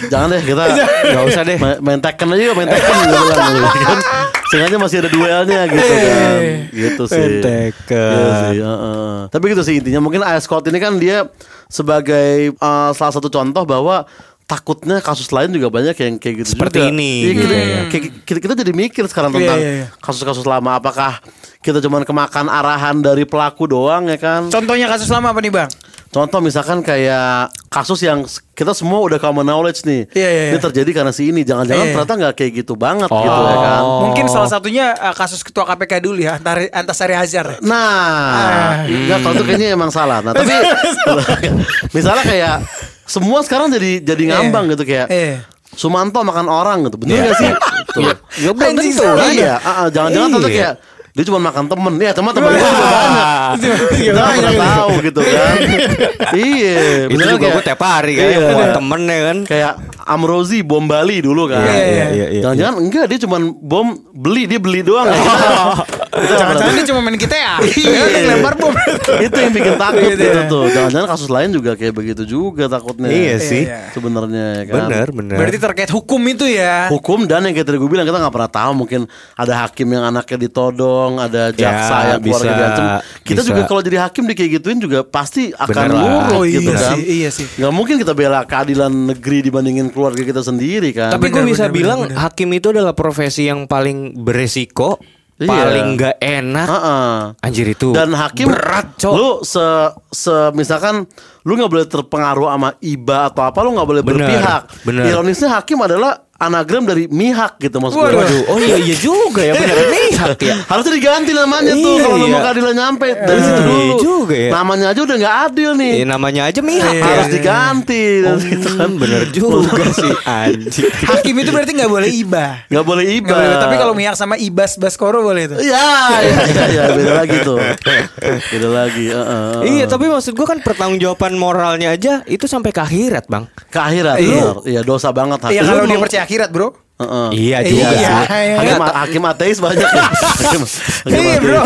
C: jangan deh kita
B: Gak usah deh.
C: ma- main Tekken aja main Tekken gua bilang gitu kan sengaja masih ada duelnya gitu kan gitu sih
B: Main Tekken.
C: Iya sih, heeh. tapi gitu sih intinya mungkin AS Scott ini kan dia sebagai eh, salah satu contoh bahwa takutnya kasus lain juga banyak yang kayak gitu
B: Seperti
C: juga.
B: ini,
C: Iya,
B: gitu
C: kita,
B: ya.
C: kayak- kita, kita jadi mikir sekarang tentang
A: Iya, iya, iya.
C: kasus-kasus lama apakah kita cuman kemakan arahan dari pelaku doang ya kan
A: Contohnya kasus lama apa nih bang?
C: Contoh misalkan kayak kasus yang s- kita semua udah common knowledge nih.
A: Iya, iya,
C: Ini
A: iya.
C: terjadi karena si ini. Jangan-jangan
A: Iya, iya.
C: ternyata nggak kayak gitu banget gitu ya kan.
B: Oh.
A: Mungkin salah satunya eh, kasus ketua KPK dulu ya, Antari- Antasari Azhar.
C: Nah, nggak kalau itu kayaknya emang salah. Nah, tapi misalnya kayak semua sekarang jadi jadi
A: Eh.
C: ngambang gitu kayak
A: Iya.
C: Sumanto makan orang gitu. Bener nggak sih? Iya. Ya belum
A: Anjing,
C: tentu.
A: salah
C: Iya, ah, ah, jangan-jangan tentu
B: Iya.
C: kayak dia cuma makan temen ya teman temen gue juga banyak
A: Ah.
C: kita nggak pernah tahu gitu kan iya
B: Itu
C: misalnya
B: juga
C: kayak-
B: gue tiap hari kan
C: Iya.
B: Buat temen ya kan
C: kayak Amrozi bom Bali dulu kan.
A: Iya, iya, iya,
D: iya, iya.
C: Jangan-jangan enggak dia cuman bom beli dia beli doang. ya.
A: Jangan-jangan dia cuma main kita *laughs* ya. Dia
C: Iya.
A: Lempar bom.
C: itu yang bikin takut
A: Gitu
C: gitu
A: ya.
C: tuh. Jangan-jangan kasus lain juga kayak begitu juga takutnya.
B: Iya sih.
A: iya.
C: Sebenarnya ya kan.
B: Bener bener
A: Berarti terkait hukum itu ya.
C: Hukum dan yang kayak tadi gue bilang kita nggak pernah tahu mungkin ada hakim yang anaknya ditodong, ada jaksa
D: Ya,
C: yang keluarga
D: bisa,
C: diancam. Kita
D: bisa.
C: juga kalau jadi hakim dikayak gituin juga pasti akan
B: Bener lah.
C: lurut
A: Oh,
C: gitu
A: iya
C: kan.
A: sih, iya sih.
C: Nggak mungkin kita bela keadilan negeri dibandingin keluarga kita sendiri kan.
B: Tapi gue
A: Bener,
B: bisa
A: bener,
B: bilang
A: bener, bener.
B: hakim itu adalah profesi yang paling beresiko,
C: Iya.
B: paling gak enak.
C: Heeh.
B: Anjir itu.
C: dan hakim
B: berat, Cok.
C: lu se, se misalkan lu nggak boleh terpengaruh sama iba atau apa lu nggak boleh
B: Bener,
C: berpihak
B: bener.
C: ironisnya hakim adalah anagram dari mihak gitu maksudnya
A: Waduh.
B: Waduh, oh iya iya juga ya benar nih hak ya.
C: harusnya diganti namanya tuh
B: Iya,
C: kalau lu mau
B: iya.
C: keadilan nyampe dari situ
B: Iya
C: dulu
B: juga ya.
C: namanya aja udah nggak adil nih
B: Ya, namanya aja mihak
A: Iya.
C: Iya. harus
B: ya.
C: diganti
B: Oh,
C: *laughs* gitu kan
B: bener juga sih anjing.
A: Hakim itu berarti nggak boleh iba.
C: nggak boleh iba
A: Nggak boleh, tapi kalau miak sama ibas baskoro boleh itu.
C: Iya, iya, iya, iya, beda lagi tuh, beda lagi. heeh, heeh.
B: Iya, tapi maksud gua kan pertanggungjawaban moralnya aja itu sampai ke akhirat, Bang.
C: ke akhirat,
A: Iya.
C: bener. iya dosa banget.
A: Iya
C: hakim.
A: kalau
C: Lu
A: dia
C: mau-
A: percaya akhirat bro.
C: Heeh.
B: Iya
A: juga
C: Iya.
A: sih.
C: Hakim, hakim ateis banyak *laughs* ya. Hakim, hakim
A: Iya
C: ateis.
A: bro.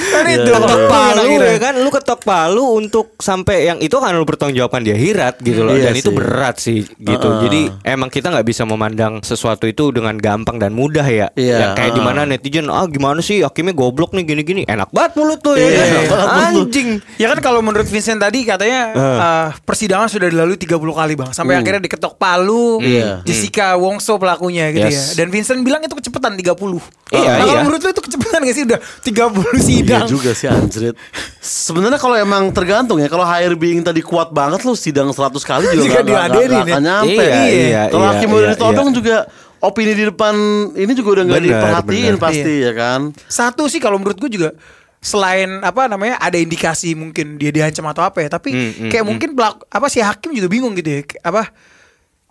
A: Kan
C: Iya.
A: itu
B: Ketok palu
A: akhirat.
B: ya kan, lu ketok palu untuk sampai yang itu kan lu pertanggungjawaban di akhirat gitu loh.
C: Iya
B: dan itu
C: sih.
B: berat sih gitu.
C: Heeh.
B: Jadi emang kita nggak bisa memandang sesuatu itu dengan gampang dan mudah ya.
C: Iya,
B: Yang kayak
C: heeh.
B: di mana netizen, "Ah, gimana sih hakimnya goblok nih gini-gini." Enak banget mulut tuh ya.
C: Iya, Ah.
B: kan?
C: enak banget mulut lu.
B: Anjing.
A: Ya kan kalau menurut Vincent tadi katanya eh, persidangan sudah dilalui 30 kali bang Sampai akhirnya diketok palu
C: Uh. Iya.
A: Jessica Wongso pelakunya gitu
B: Yes.
A: ya Dan Vincent bilang itu kecepatan 30
B: Iya,
A: Nah, Kalau
B: iya.
A: menurut lu itu kecepatan gak sih udah 30 sidang
C: Iya juga sih anjrit. Sebenarnya kalau emang tergantung ya, kalau higher being tadi kuat banget lu sidang 100 kali juga
A: Juga
C: nggak- nggak
A: diladenin
C: nggak akan
A: ya.
C: nyampe.
B: Iya, iya,
C: Kalau
B: iya,
C: hakim udah
B: iya,
C: ditodong
B: iya.
C: juga opini di depan ini juga udah nggak
B: Bener,
C: diperhatiin
B: bener.
C: pasti ya kan.
A: Satu sih kalau menurut gue juga selain apa namanya ada indikasi mungkin dia diancam atau apa ya tapi
C: Hmm,
A: kayak mungkin pelaku- apa si hakim juga bingung gitu ya K- apa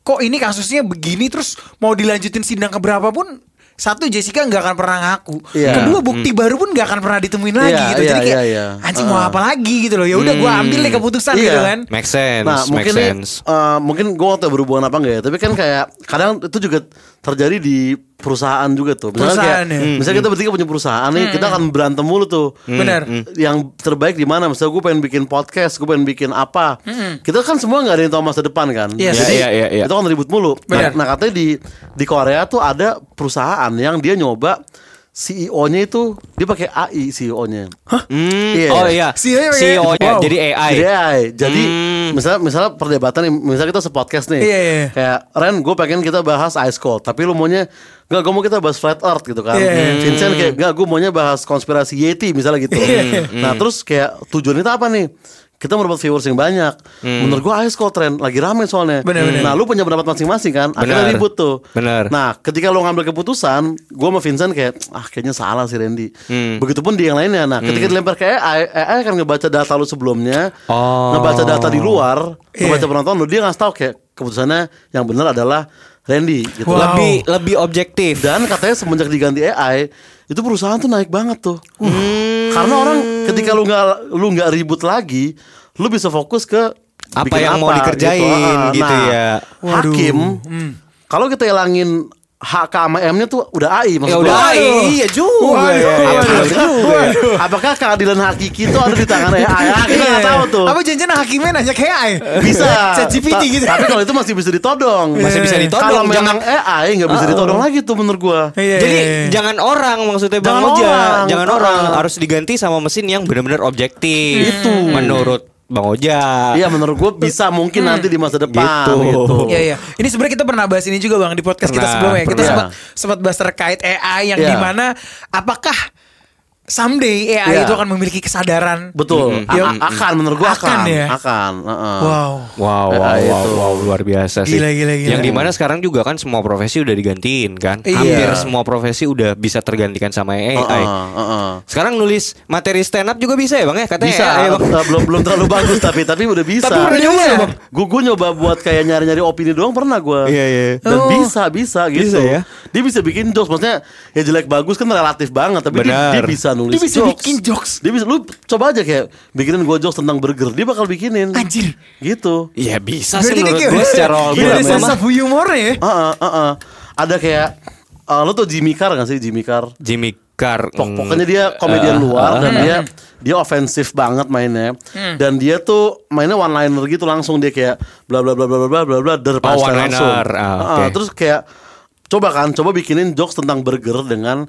A: kok ini kasusnya begini terus mau dilanjutin sidang ke berapa pun satu Jessica nggak akan pernah ngaku
C: Iya.
A: kedua bukti baru pun nggak akan pernah ditemuin lagi
C: Iya,
A: gitu jadi
C: iya,
A: kayak
C: iya, iya.
A: anjing mau
C: Uh-uh.
A: apa lagi gitu loh ya udah gua ambil deh keputusan
C: Iya.
A: gitu kan
B: Make sense,
C: Nah
B: make
C: mungkin nih,
B: sense.
C: eh, mungkin gue waktu berhubungan apa enggak ya Tapi kan kayak kadang itu juga terjadi di perusahaan juga tuh Misalnya
A: Perusahaan
C: kayak,
A: ya.
C: Misalnya kita bertiga punya perusahaan nih Kita akan berantem mulu tuh
B: Hmm,
A: Benar.
C: Yang terbaik di mana Misalnya gue pengen bikin podcast Gue pengen bikin apa Kita kan semua nggak ada yang tahu masa depan kan
A: Yes.
C: Jadi
B: Iya, iya, iya.
C: kita kan ribut mulu nah,
A: Benar.
C: nah katanya di, di Korea tuh ada perusahaan yang dia nyoba CEO-nya itu dia pakai AI CEO-nya. Hah?
B: Hmm, Oh iya,
A: CEO -nya pakai-
B: CEO-nya
A: Wow.
B: jadi AI.
C: Jadi AI. Jadi
B: Hmm.
C: misalnya misalnya perdebatan nih, misalnya kita sepodcast nih.
A: Iya, iya.
C: Kayak Ren, gue pengen kita bahas ice cold, tapi lu maunya Enggak, gue mau kita bahas flat earth gitu kan
A: Iya, iya.
C: Vincent kayak, enggak, gue maunya bahas konspirasi Yeti misalnya gitu
A: Hmm.
C: Nah terus kayak tujuan kita apa nih? Kita mendapat viewers yang banyak Menurut gue ice cold trend, lagi rame soalnya
A: Hmm. Bener, bener.
C: Nah lu punya pendapat masing-masing kan Akhirnya
B: Bener.
C: ribut tuh
B: Bener.
C: *laughs* Nah ketika lu ngambil keputusan Gue sama Vincent kayak, ah kayaknya salah sih Randy Begitupun dia yang lainnya Nah ketika dilempar ke AI, AI akan kan ngebaca data lu sebelumnya
B: Oh.
C: ngebaca data di luar,
A: Iya.
C: ngebaca penonton lu dia ngasih tahu kayak keputusannya yang benar adalah Randy gitu.
A: Wow.
B: Lebih lebih objektif.
C: Dan katanya semenjak diganti AI itu perusahaan tuh naik banget tuh.
B: Hmm.
C: Karena orang ketika lu nggak lu nggak ribut lagi, lu bisa fokus ke
B: Apa
C: bikin
B: yang mau dikerjain
C: Ah,
B: gitu ya.
A: Waduh.
C: Hakim, kalau kita ilangin H K sama M-nya tuh udah AI maksud
B: Ya
C: gua.
B: udah
C: Iya,
A: Waduh.
B: AI, iya juga.
A: Waduh,
B: ya, ya.
A: waduh.
C: Apakah keadilan hakiki itu ada di tangan AI? Ah, Kita
B: Iya.
C: nggak tahu tuh.
A: Iya. apa janjian hakimnya nanya kayak AI
C: bisa
A: ChatGPT
C: Ta-
A: gitu
C: tapi kalau itu masih bisa ditodong
B: Masih bisa ditodong,
C: kalau memang
B: jangan- Ah,
C: AI nggak bisa ditodong lagi tuh menurut gua
A: Iya,
B: Jadi
A: iya, iya.
B: jangan orang maksudnya Bang
C: Jangan
B: Oja,
C: orang.
B: jangan
C: Ah.
B: orang harus diganti sama mesin yang benar-benar objektif. Hmm.
C: Itu.
B: menurut Bang Oja.
C: Iya menurut gua bisa mungkin nanti di masa depan
B: Gitu.
C: gitu,
A: Iya iya. Ini sebenarnya kita pernah bahas ini juga Bang di podcast kita
B: Pernah,
A: sebelumnya. Kita
B: pernah.
A: sempat sempat bahas terkait AI yang
C: Iya.
A: dimana apakah someday AI
C: Iya.
A: itu akan memiliki kesadaran.
C: Betul.
A: Mm-mm.
C: A- a- akan menurut gua
A: Akan
C: akan.
A: ya?
C: Akan. heeh.
A: Wow.
B: Wow, wow,
C: Nah,
B: wow,
C: itu.
B: wow, luar biasa sih.
A: Gila, gila, gila.
B: Yang dimana sekarang juga kan semua profesi udah digantiin kan.
A: Iya.
B: Hampir semua profesi udah bisa tergantikan sama AI.
C: Heeh, heeh.
B: Sekarang nulis materi stand up juga bisa ya bang ya? Katanya
C: Bisa.
B: AI, Bang.
C: Eh, belum belum terlalu bagus tapi tapi udah bisa.
B: Tapi udah nyoba ya, Bang?
C: Gue gue nyoba buat kayak nyari-nyari opini doang pernah gue.
B: Iya, iya.
C: Dan
A: Oh.
C: bisa bisa gitu.
B: Bisa ya?
C: Dia bisa bikin jokes maksudnya ya jelek bagus kan relatif banget tapi
B: Benar.
C: dia, dia bisa nulis
A: Dia bisa
C: jokes.
A: bikin jokes.
C: Dia bisa lu coba aja kayak bikinin gue jokes tentang burger dia bakal bikinin.
A: Anjir.
C: Gitu.
B: Ya bisa sih
A: Berarti dia
B: menurut
A: kayak
B: gue secara
A: Gila,
C: gila,
A: ada
B: algoritma
A: sense
B: mah.
A: of humor ya.
C: Heeh, heeh. Ada kayak eh, lu tau Jimmy Carr gak sih Jimmy Carr?
B: Jimmy Carr.
C: Pok-
B: mm,
C: pokoknya dia komedian
B: eh,
C: luar
B: eh,
C: dan dia dia ofensif banget mainnya
A: Hmm.
C: dan dia tuh mainnya one liner gitu langsung dia kayak bla bla bla bla bla bla bla der pasta
B: Oh, one-liner.
C: langsung
B: Ah,
C: Ah,
B: oke.
C: terus kayak coba kan coba bikinin jokes tentang burger dengan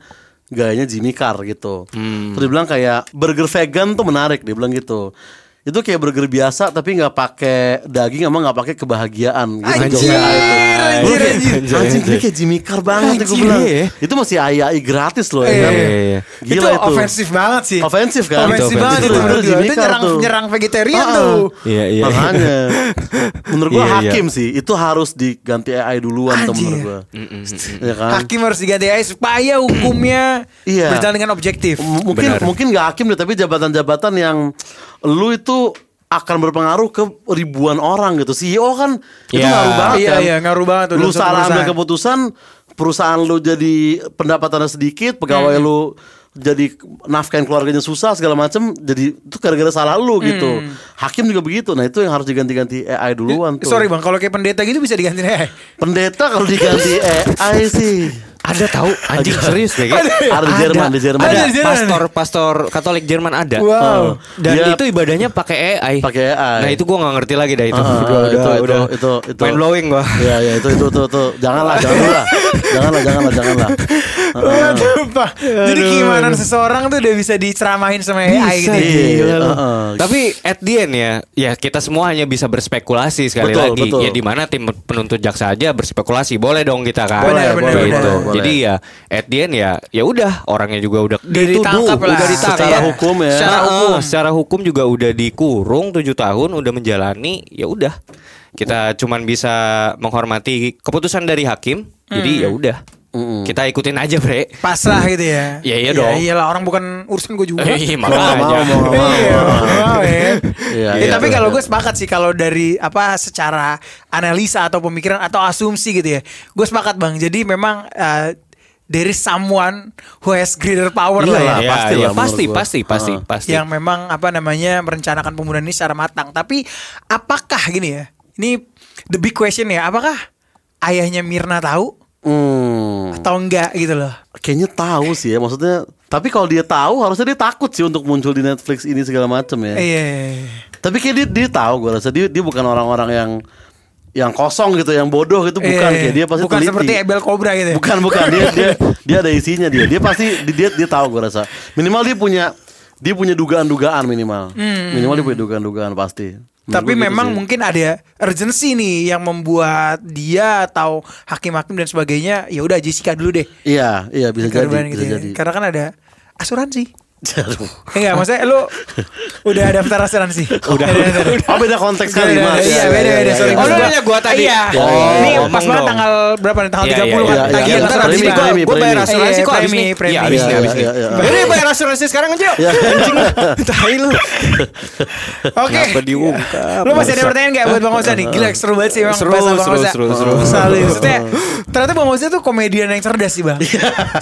C: gayanya Jimmy Carr gitu
B: Hmm.
C: terus dia bilang kayak burger vegan tuh menarik dia bilang gitu itu kayak burger biasa tapi nggak pakai daging emang nggak pakai kebahagiaan gitu
A: Anjir,
C: jokesnya itu.
A: anjir,
C: Gue kayak,
A: anjir.
B: Anjir,
C: Anjing ini
B: anjir.
C: kayak Jimmy Carr banget gue
B: Anjir,
C: bilang
B: iya ya.
C: Itu masih AI gratis loh ya
A: Iya,
C: kan?
B: iya, iya.
A: itu
C: Gila itu,
A: ofensif banget sih.
C: Ofensif kan?
A: Ofensif banget itu
B: Itu ofensif banget.
A: menurut gue.
C: Jimmy
A: Itu
C: Carr
A: nyerang
C: kan tuh.
A: nyerang vegetarian
C: Ah,
A: tuh.
B: Iya, iya.
A: *laughs*
C: Makanya Menurut gue
B: Iya, iya.
C: hakim sih Itu harus diganti AI duluan tuh
A: Anjir.
C: menurut gue Iya kan?
A: Hakim harus diganti AI supaya hukumnya
C: Iya. Mm,
A: berjalan dengan objektif.
C: M- mungkin
B: Benar.
C: mungkin nggak hakim deh tapi jabatan-jabatan yang lu itu akan berpengaruh ke ribuan orang gitu CEO kan itu
B: Iya.
C: ngaruh banget
A: Iya,
C: kan
A: iya, ngaruh banget tuh
C: lu
A: dalam suatu
C: salah ambil
A: perusahaan.
C: keputusan perusahaan lu jadi pendapatannya sedikit pegawai
A: Hmm.
C: lu jadi nafkahin keluarganya susah segala macem jadi itu gara-gara salah lu gitu
A: Hmm.
C: hakim juga begitu nah itu yang harus diganti-ganti AI duluan tuh
A: Ya, Sorry bang, kalau kayak pendeta gitu bisa diganti AI.
C: pendeta kalau
A: *laughs*
C: diganti AI sih
B: Ada tahu anjing serius BG.
A: Ada ya?
C: Ada di Jerman, di Jerman. Iya.
B: Ada
A: Ada di Jerman.
B: pastor pastor Katolik Jerman ada. Oh.
A: Wow.
B: Dan
C: Dia-
B: itu ibadahnya pakai AI.
C: Pakai AI.
B: Nah, itu gua nggak ngerti lagi dah itu.
C: Ah,
B: Udah,
C: itu,
B: udah,
C: itu,
B: udah.
C: itu, itu.
B: Mind blowing gua.
C: Iya iya itu itu itu itu janganlah jangan dulu lah janganlah janganlah janganlah.
A: Aduh, Pak. Jadi keimanan seseorang tuh udah bisa diceramahin sama AI
B: Bisa,
A: gitu.
B: gila lu.
C: Heeh.
B: Tapi at the end ya, ya kita semua hanya bisa berspekulasi sekali
C: Betul,
B: lagi.
C: betul.
B: Ya di mana tim penuntut jaksa aja berspekulasi, boleh dong kita kan.
A: Boleh,
B: Gitu.
A: benar, benar.
C: Boleh.
B: Jadi ya at the end ya, ya udah orangnya juga udah
A: Udah ditangkap lah.
B: udah ditangkap. Iya.
C: Secara hukum ya.
B: Secara
A: Heeh.
B: hukum, secara hukum juga udah dikurung 7 tahun, udah menjalani, ya udah. Kita cuman bisa menghormati keputusan dari hakim. Jadi ya udah.
C: Hmm.
B: Kita ikutin aja, Bre.
A: Pasrah gitu ya.
B: Iya, iya dong.
A: Iyalah orang bukan urusan gue juga.
B: Eh,
C: Mau nggak mau,
B: makanya.
C: mau nggak mau.
A: Iya, wow, ya.
C: Iya,
A: Eh,
C: iya.
A: tapi kalau gue sepakat sih kalau dari apa secara analisa atau pemikiran atau asumsi gitu ya, gue sepakat bang. Jadi memang eh, there is someone who has greater power
C: Iya
A: lah ya.
C: lah.
B: Ya,
C: pasti
B: ya,
C: lah menurut
B: pasti,
C: gua.
B: pasti, pasti,
C: Ha.
B: pasti.
A: yang memang apa namanya merencanakan pembunuhan ini secara matang. Tapi apakah gini ya? Ini the big question ya. Apakah ayahnya Mirna tahu
C: Hmm,
A: atau enggak gitu loh?
C: kayaknya tahu sih ya maksudnya. Tapi kalau dia tahu harusnya dia takut sih untuk muncul di Netflix ini segala macem ya.
A: Iya.
C: Tapi kayak dia dia tahu gue rasa dia dia bukan orang-orang yang yang kosong gitu, yang bodoh gitu bukan
A: Iya.
C: kayak dia pasti
A: bukan
C: teliti.
A: seperti Ebel Cobra gitu. ya.
C: Bukan bukan
A: *laughs*
C: dia dia dia ada isinya dia. Dia pasti dia dia tahu gue rasa. Minimal dia punya dia punya dugaan-dugaan minimal. Minimal dia punya dugaan-dugaan pasti. Menurut
A: Hmm. Tapi
C: gua gitu
A: memang
C: sih.
A: mungkin ada urgency nih yang membuat dia atau hakim-hakim dan sebagainya ya udah Jessica dulu deh.
C: iya iya bisa jadi
A: Korban gitu
C: bisa
A: ya.
C: jadi.
A: Karena kan ada asuransi.
C: Aduh.
A: Enggak, maksudnya
C: *laughs*
A: lu udah daftar asuransi.
C: Udah, Oh beda konteks kali
A: Iya,
C: Mas.
A: iya, beda, beda. Sorry.
B: Oh, lu
A: Gua-
B: nanya gua tadi.
A: Iya.
B: Oh,
A: Ini
B: ngomong
A: pas banget
B: dong.
A: tanggal berapa nih? Tanggal 30
B: Iya,
A: kan.
C: iya, iya.
A: Tagihan
C: Iya,
A: ntar
C: premi,
A: habis nih.
C: premi,
B: gue bayar
C: premi.
B: asuransi
A: Iya,
B: kok habis nih.
A: premi,
B: Iya,
A: premi.
B: habis nih,
C: Iya,
B: habis nih.
C: iya, iya.
B: Yaudah, bayar asuransi sekarang aja. yuk. Anjing
A: *laughs*
B: lu. Tai lu.
A: Oke.
B: Kenapa diungkap?
A: Lu masih ada pertanyaan gak buat Bang Osa nih? Gila seru banget sih Bang.
B: Seru,
A: Bahasa Bang Osa.
B: seru,
A: Oh,
B: seru, seru.
A: Salut. Maksudnya ternyata Bang Osa tuh komedian yang cerdas sih Bang.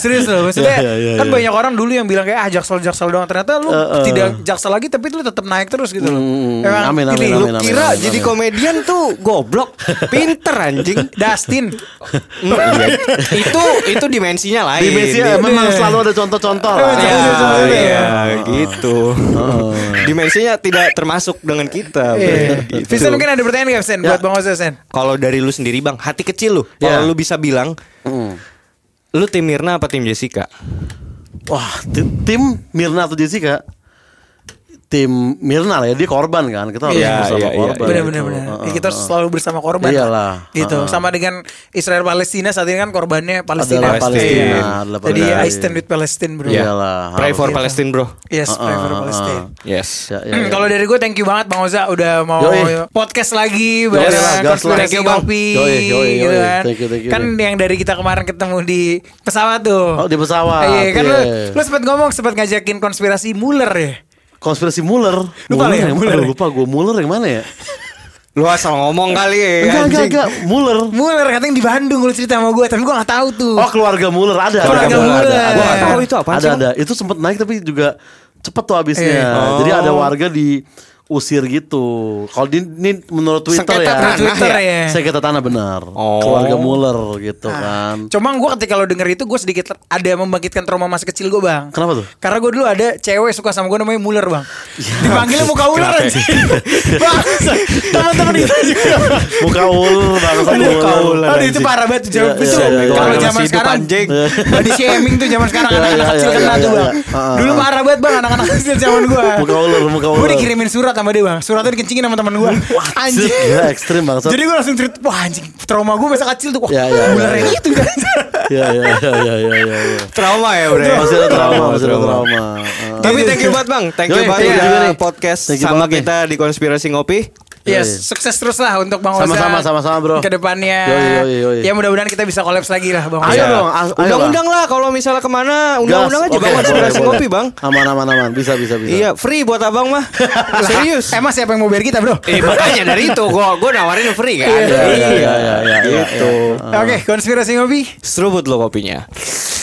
A: Serius loh. Maksudnya
C: Iya, iya, iya,
A: kan
C: iya.
A: banyak orang dulu yang bilang kayak ah jaksel jaksel doang. Ternyata lu
C: Eh, eh.
A: tidak jaksel lagi tapi lu tetap naik terus gitu loh.
C: Hmm,
A: Emang
C: amin,
A: ini
C: amin,
A: lu
C: amin, amin.
A: kira
B: Jadi komedian tuh goblok,
C: *laughs*
B: pinter anjing.
A: Dustin.
C: Oh,
B: Mm, iya. itu itu dimensinya lain.
C: Di Messi
B: Di-
C: memang selalu ada contoh-contoh lah.
A: Iya,
B: Iya,
A: Contoh-contoh ya.
B: iya,
C: Oh.
B: gitu. Dimensinya tidak termasuk dengan kita.
A: Iya.
B: Bang. Gitu.
A: Vincent mungkin ada pertanyaan gak Vincent
C: Ya.
A: buat Bang Osa Sen?
B: Kalau dari lu sendiri bang, hati kecil lu. Kalau
C: Iya.
B: lu bisa bilang,
C: Hmm.
B: lu tim Mirna apa tim Jessica?
C: Wah, ti- tim Mirna atau Jessica? tim Mirna lah ya dia korban kan kita harus
A: Iya,
C: bersama
B: iya, iya,
C: korban
A: benar benar
C: gitu.
A: benar
C: Heeh,
A: Ya, kita harus
C: heeh.
A: selalu bersama korban
C: Iyalah.
A: gitu
C: Heeh.
A: sama dengan Israel Palestina saat ini kan korbannya Palestina Iya.
C: Adalah
B: Palestina,
C: adalah
A: jadi
C: Palestina.
A: I stand with Palestine bro
C: Iya. Iyalah,
B: Pray
C: harus.
B: for Palestine bro.
A: yes pray for
C: Heeh,
A: Palestine
C: heeh.
B: Yes.
C: Ya, ya, ya.
A: Kalau dari gue thank you banget Bang Oza udah mau
C: Yoi.
A: podcast lagi
C: Yoi lah,
A: bareng
C: gas lah.
A: konspirasi
C: Thank you, Bang.
A: kopi
C: Yoi, yoi,
A: gitu
C: yoi.
A: kan.
C: Thank you, thank you,
A: kan
C: thank
A: yang dari kita kemarin ketemu di pesawat tuh.
C: Oh, di pesawat,
A: Iya, kan lu,
C: iya.
A: lu sempat ngomong sempat ngajakin konspirasi Muller ya.
C: konspirasi Muller
A: Lupa
C: Muller
A: ya,
C: yang-
A: Muller
C: aduh,
A: ya?
C: lupa gue Muller yang mana ya
B: Lu asal ngomong kali ya.
C: enggak enggak
B: anjing.
C: enggak Muller
A: Muller katanya di Bandung lu cerita sama gue tapi gue nggak tahu tuh.
C: oh keluarga Muller ada
A: Keluarga
C: ada,
A: Muller.
C: ada, ada,
A: Gua nggak
C: ada.
A: tahu
B: itu apaan
C: ada
B: sih, Bang.
C: ada itu sempet naik tapi juga cepet tuh habisnya
A: Iya.
C: jadi ada warga di usir gitu. Kalau di- ini menurut Twitter
B: Sengketa
C: ya.
B: tanah
A: Twitter ya? ya.
C: Sengketa tanah benar.
B: Oh.
C: Keluarga Muller gitu
A: Ah.
C: kan.
A: Cuma gue ketika lo denger itu gue sedikit ter- ada membangkitkan trauma masa kecil gue bang.
C: Kenapa tuh?
A: Karena gue dulu ada cewek suka sama gue namanya Muller bang.
C: Iya,
A: Dipanggilnya muka ular aja. *laughs* Bangsa, teman-teman itu juga.
C: Muka ular bangsa
A: Aduh,
C: muka ular.
A: aduh, itu parah banget tuh jauh
C: Iya,
A: itu.
C: iya, iya, iya.
A: Kalau
B: Masih
A: zaman
B: hidup,
A: sekarang
B: anjing.
A: *laughs* body shaming tuh zaman sekarang
C: Iya,
A: anak-anak
C: iya,
A: kecil
C: iya,
A: kena
C: iya,
A: tuh
C: iya.
A: bang.
C: Heeh.
A: Dulu parah banget bang anak-anak kecil zaman gue.
C: Muka ular, muka
A: Gue
C: ular.
A: dikirimin surat sama dia bang. Suratnya dikencingin sama teman gue. Anjing.
C: Gila, ekstrim banget.
A: Jadi gue langsung cerita, wah anjing trauma gue masa kecil tuh, wah
C: Iya, iya,
A: ular
C: iya,
A: yang
C: iya.
A: itu kan. *laughs*
C: Iya iya iya iya iya iya. iya.
B: Trauma ya bro.
C: Masih ada trauma, masih ada trauma. Ah.
B: Tapi thank you banget bang, thank you
C: Yoi,
B: banget
C: thank you
B: udah
C: juga nih.
B: podcast
C: Thank you
B: sama
C: banget nih.
B: kita di konspirasi ngopi.
A: Yes, Iya, sukses terus lah untuk Bang Oza.
C: Sama-sama, sama-sama, bro.
A: Kedepannya.
C: Yoi, yoi, yoi.
A: Ya mudah-mudahan kita bisa kolaps lagi lah Bang
C: *laughs* Ayo
A: Oza.
C: dong, a- ayo lah.
B: Undang-undang lah kalau misalnya kemana, undang-undang aja
C: Iya. Gas, oke,
B: bang
C: boleh,
B: konspirasi
C: boleh.
B: ngopi bang.
C: Aman aman aman, bisa bisa bisa.
B: Iya, free buat abang mah. Serius.
A: Emang siapa yang mau bayar kita bro?
B: *laughs* Eh makanya dari itu gua gua nawarin free kan.
C: Iya iya iya iya, iya.
B: Gitu.
A: Oke, konspirasi ngopi.
B: Serubut lo kopinya.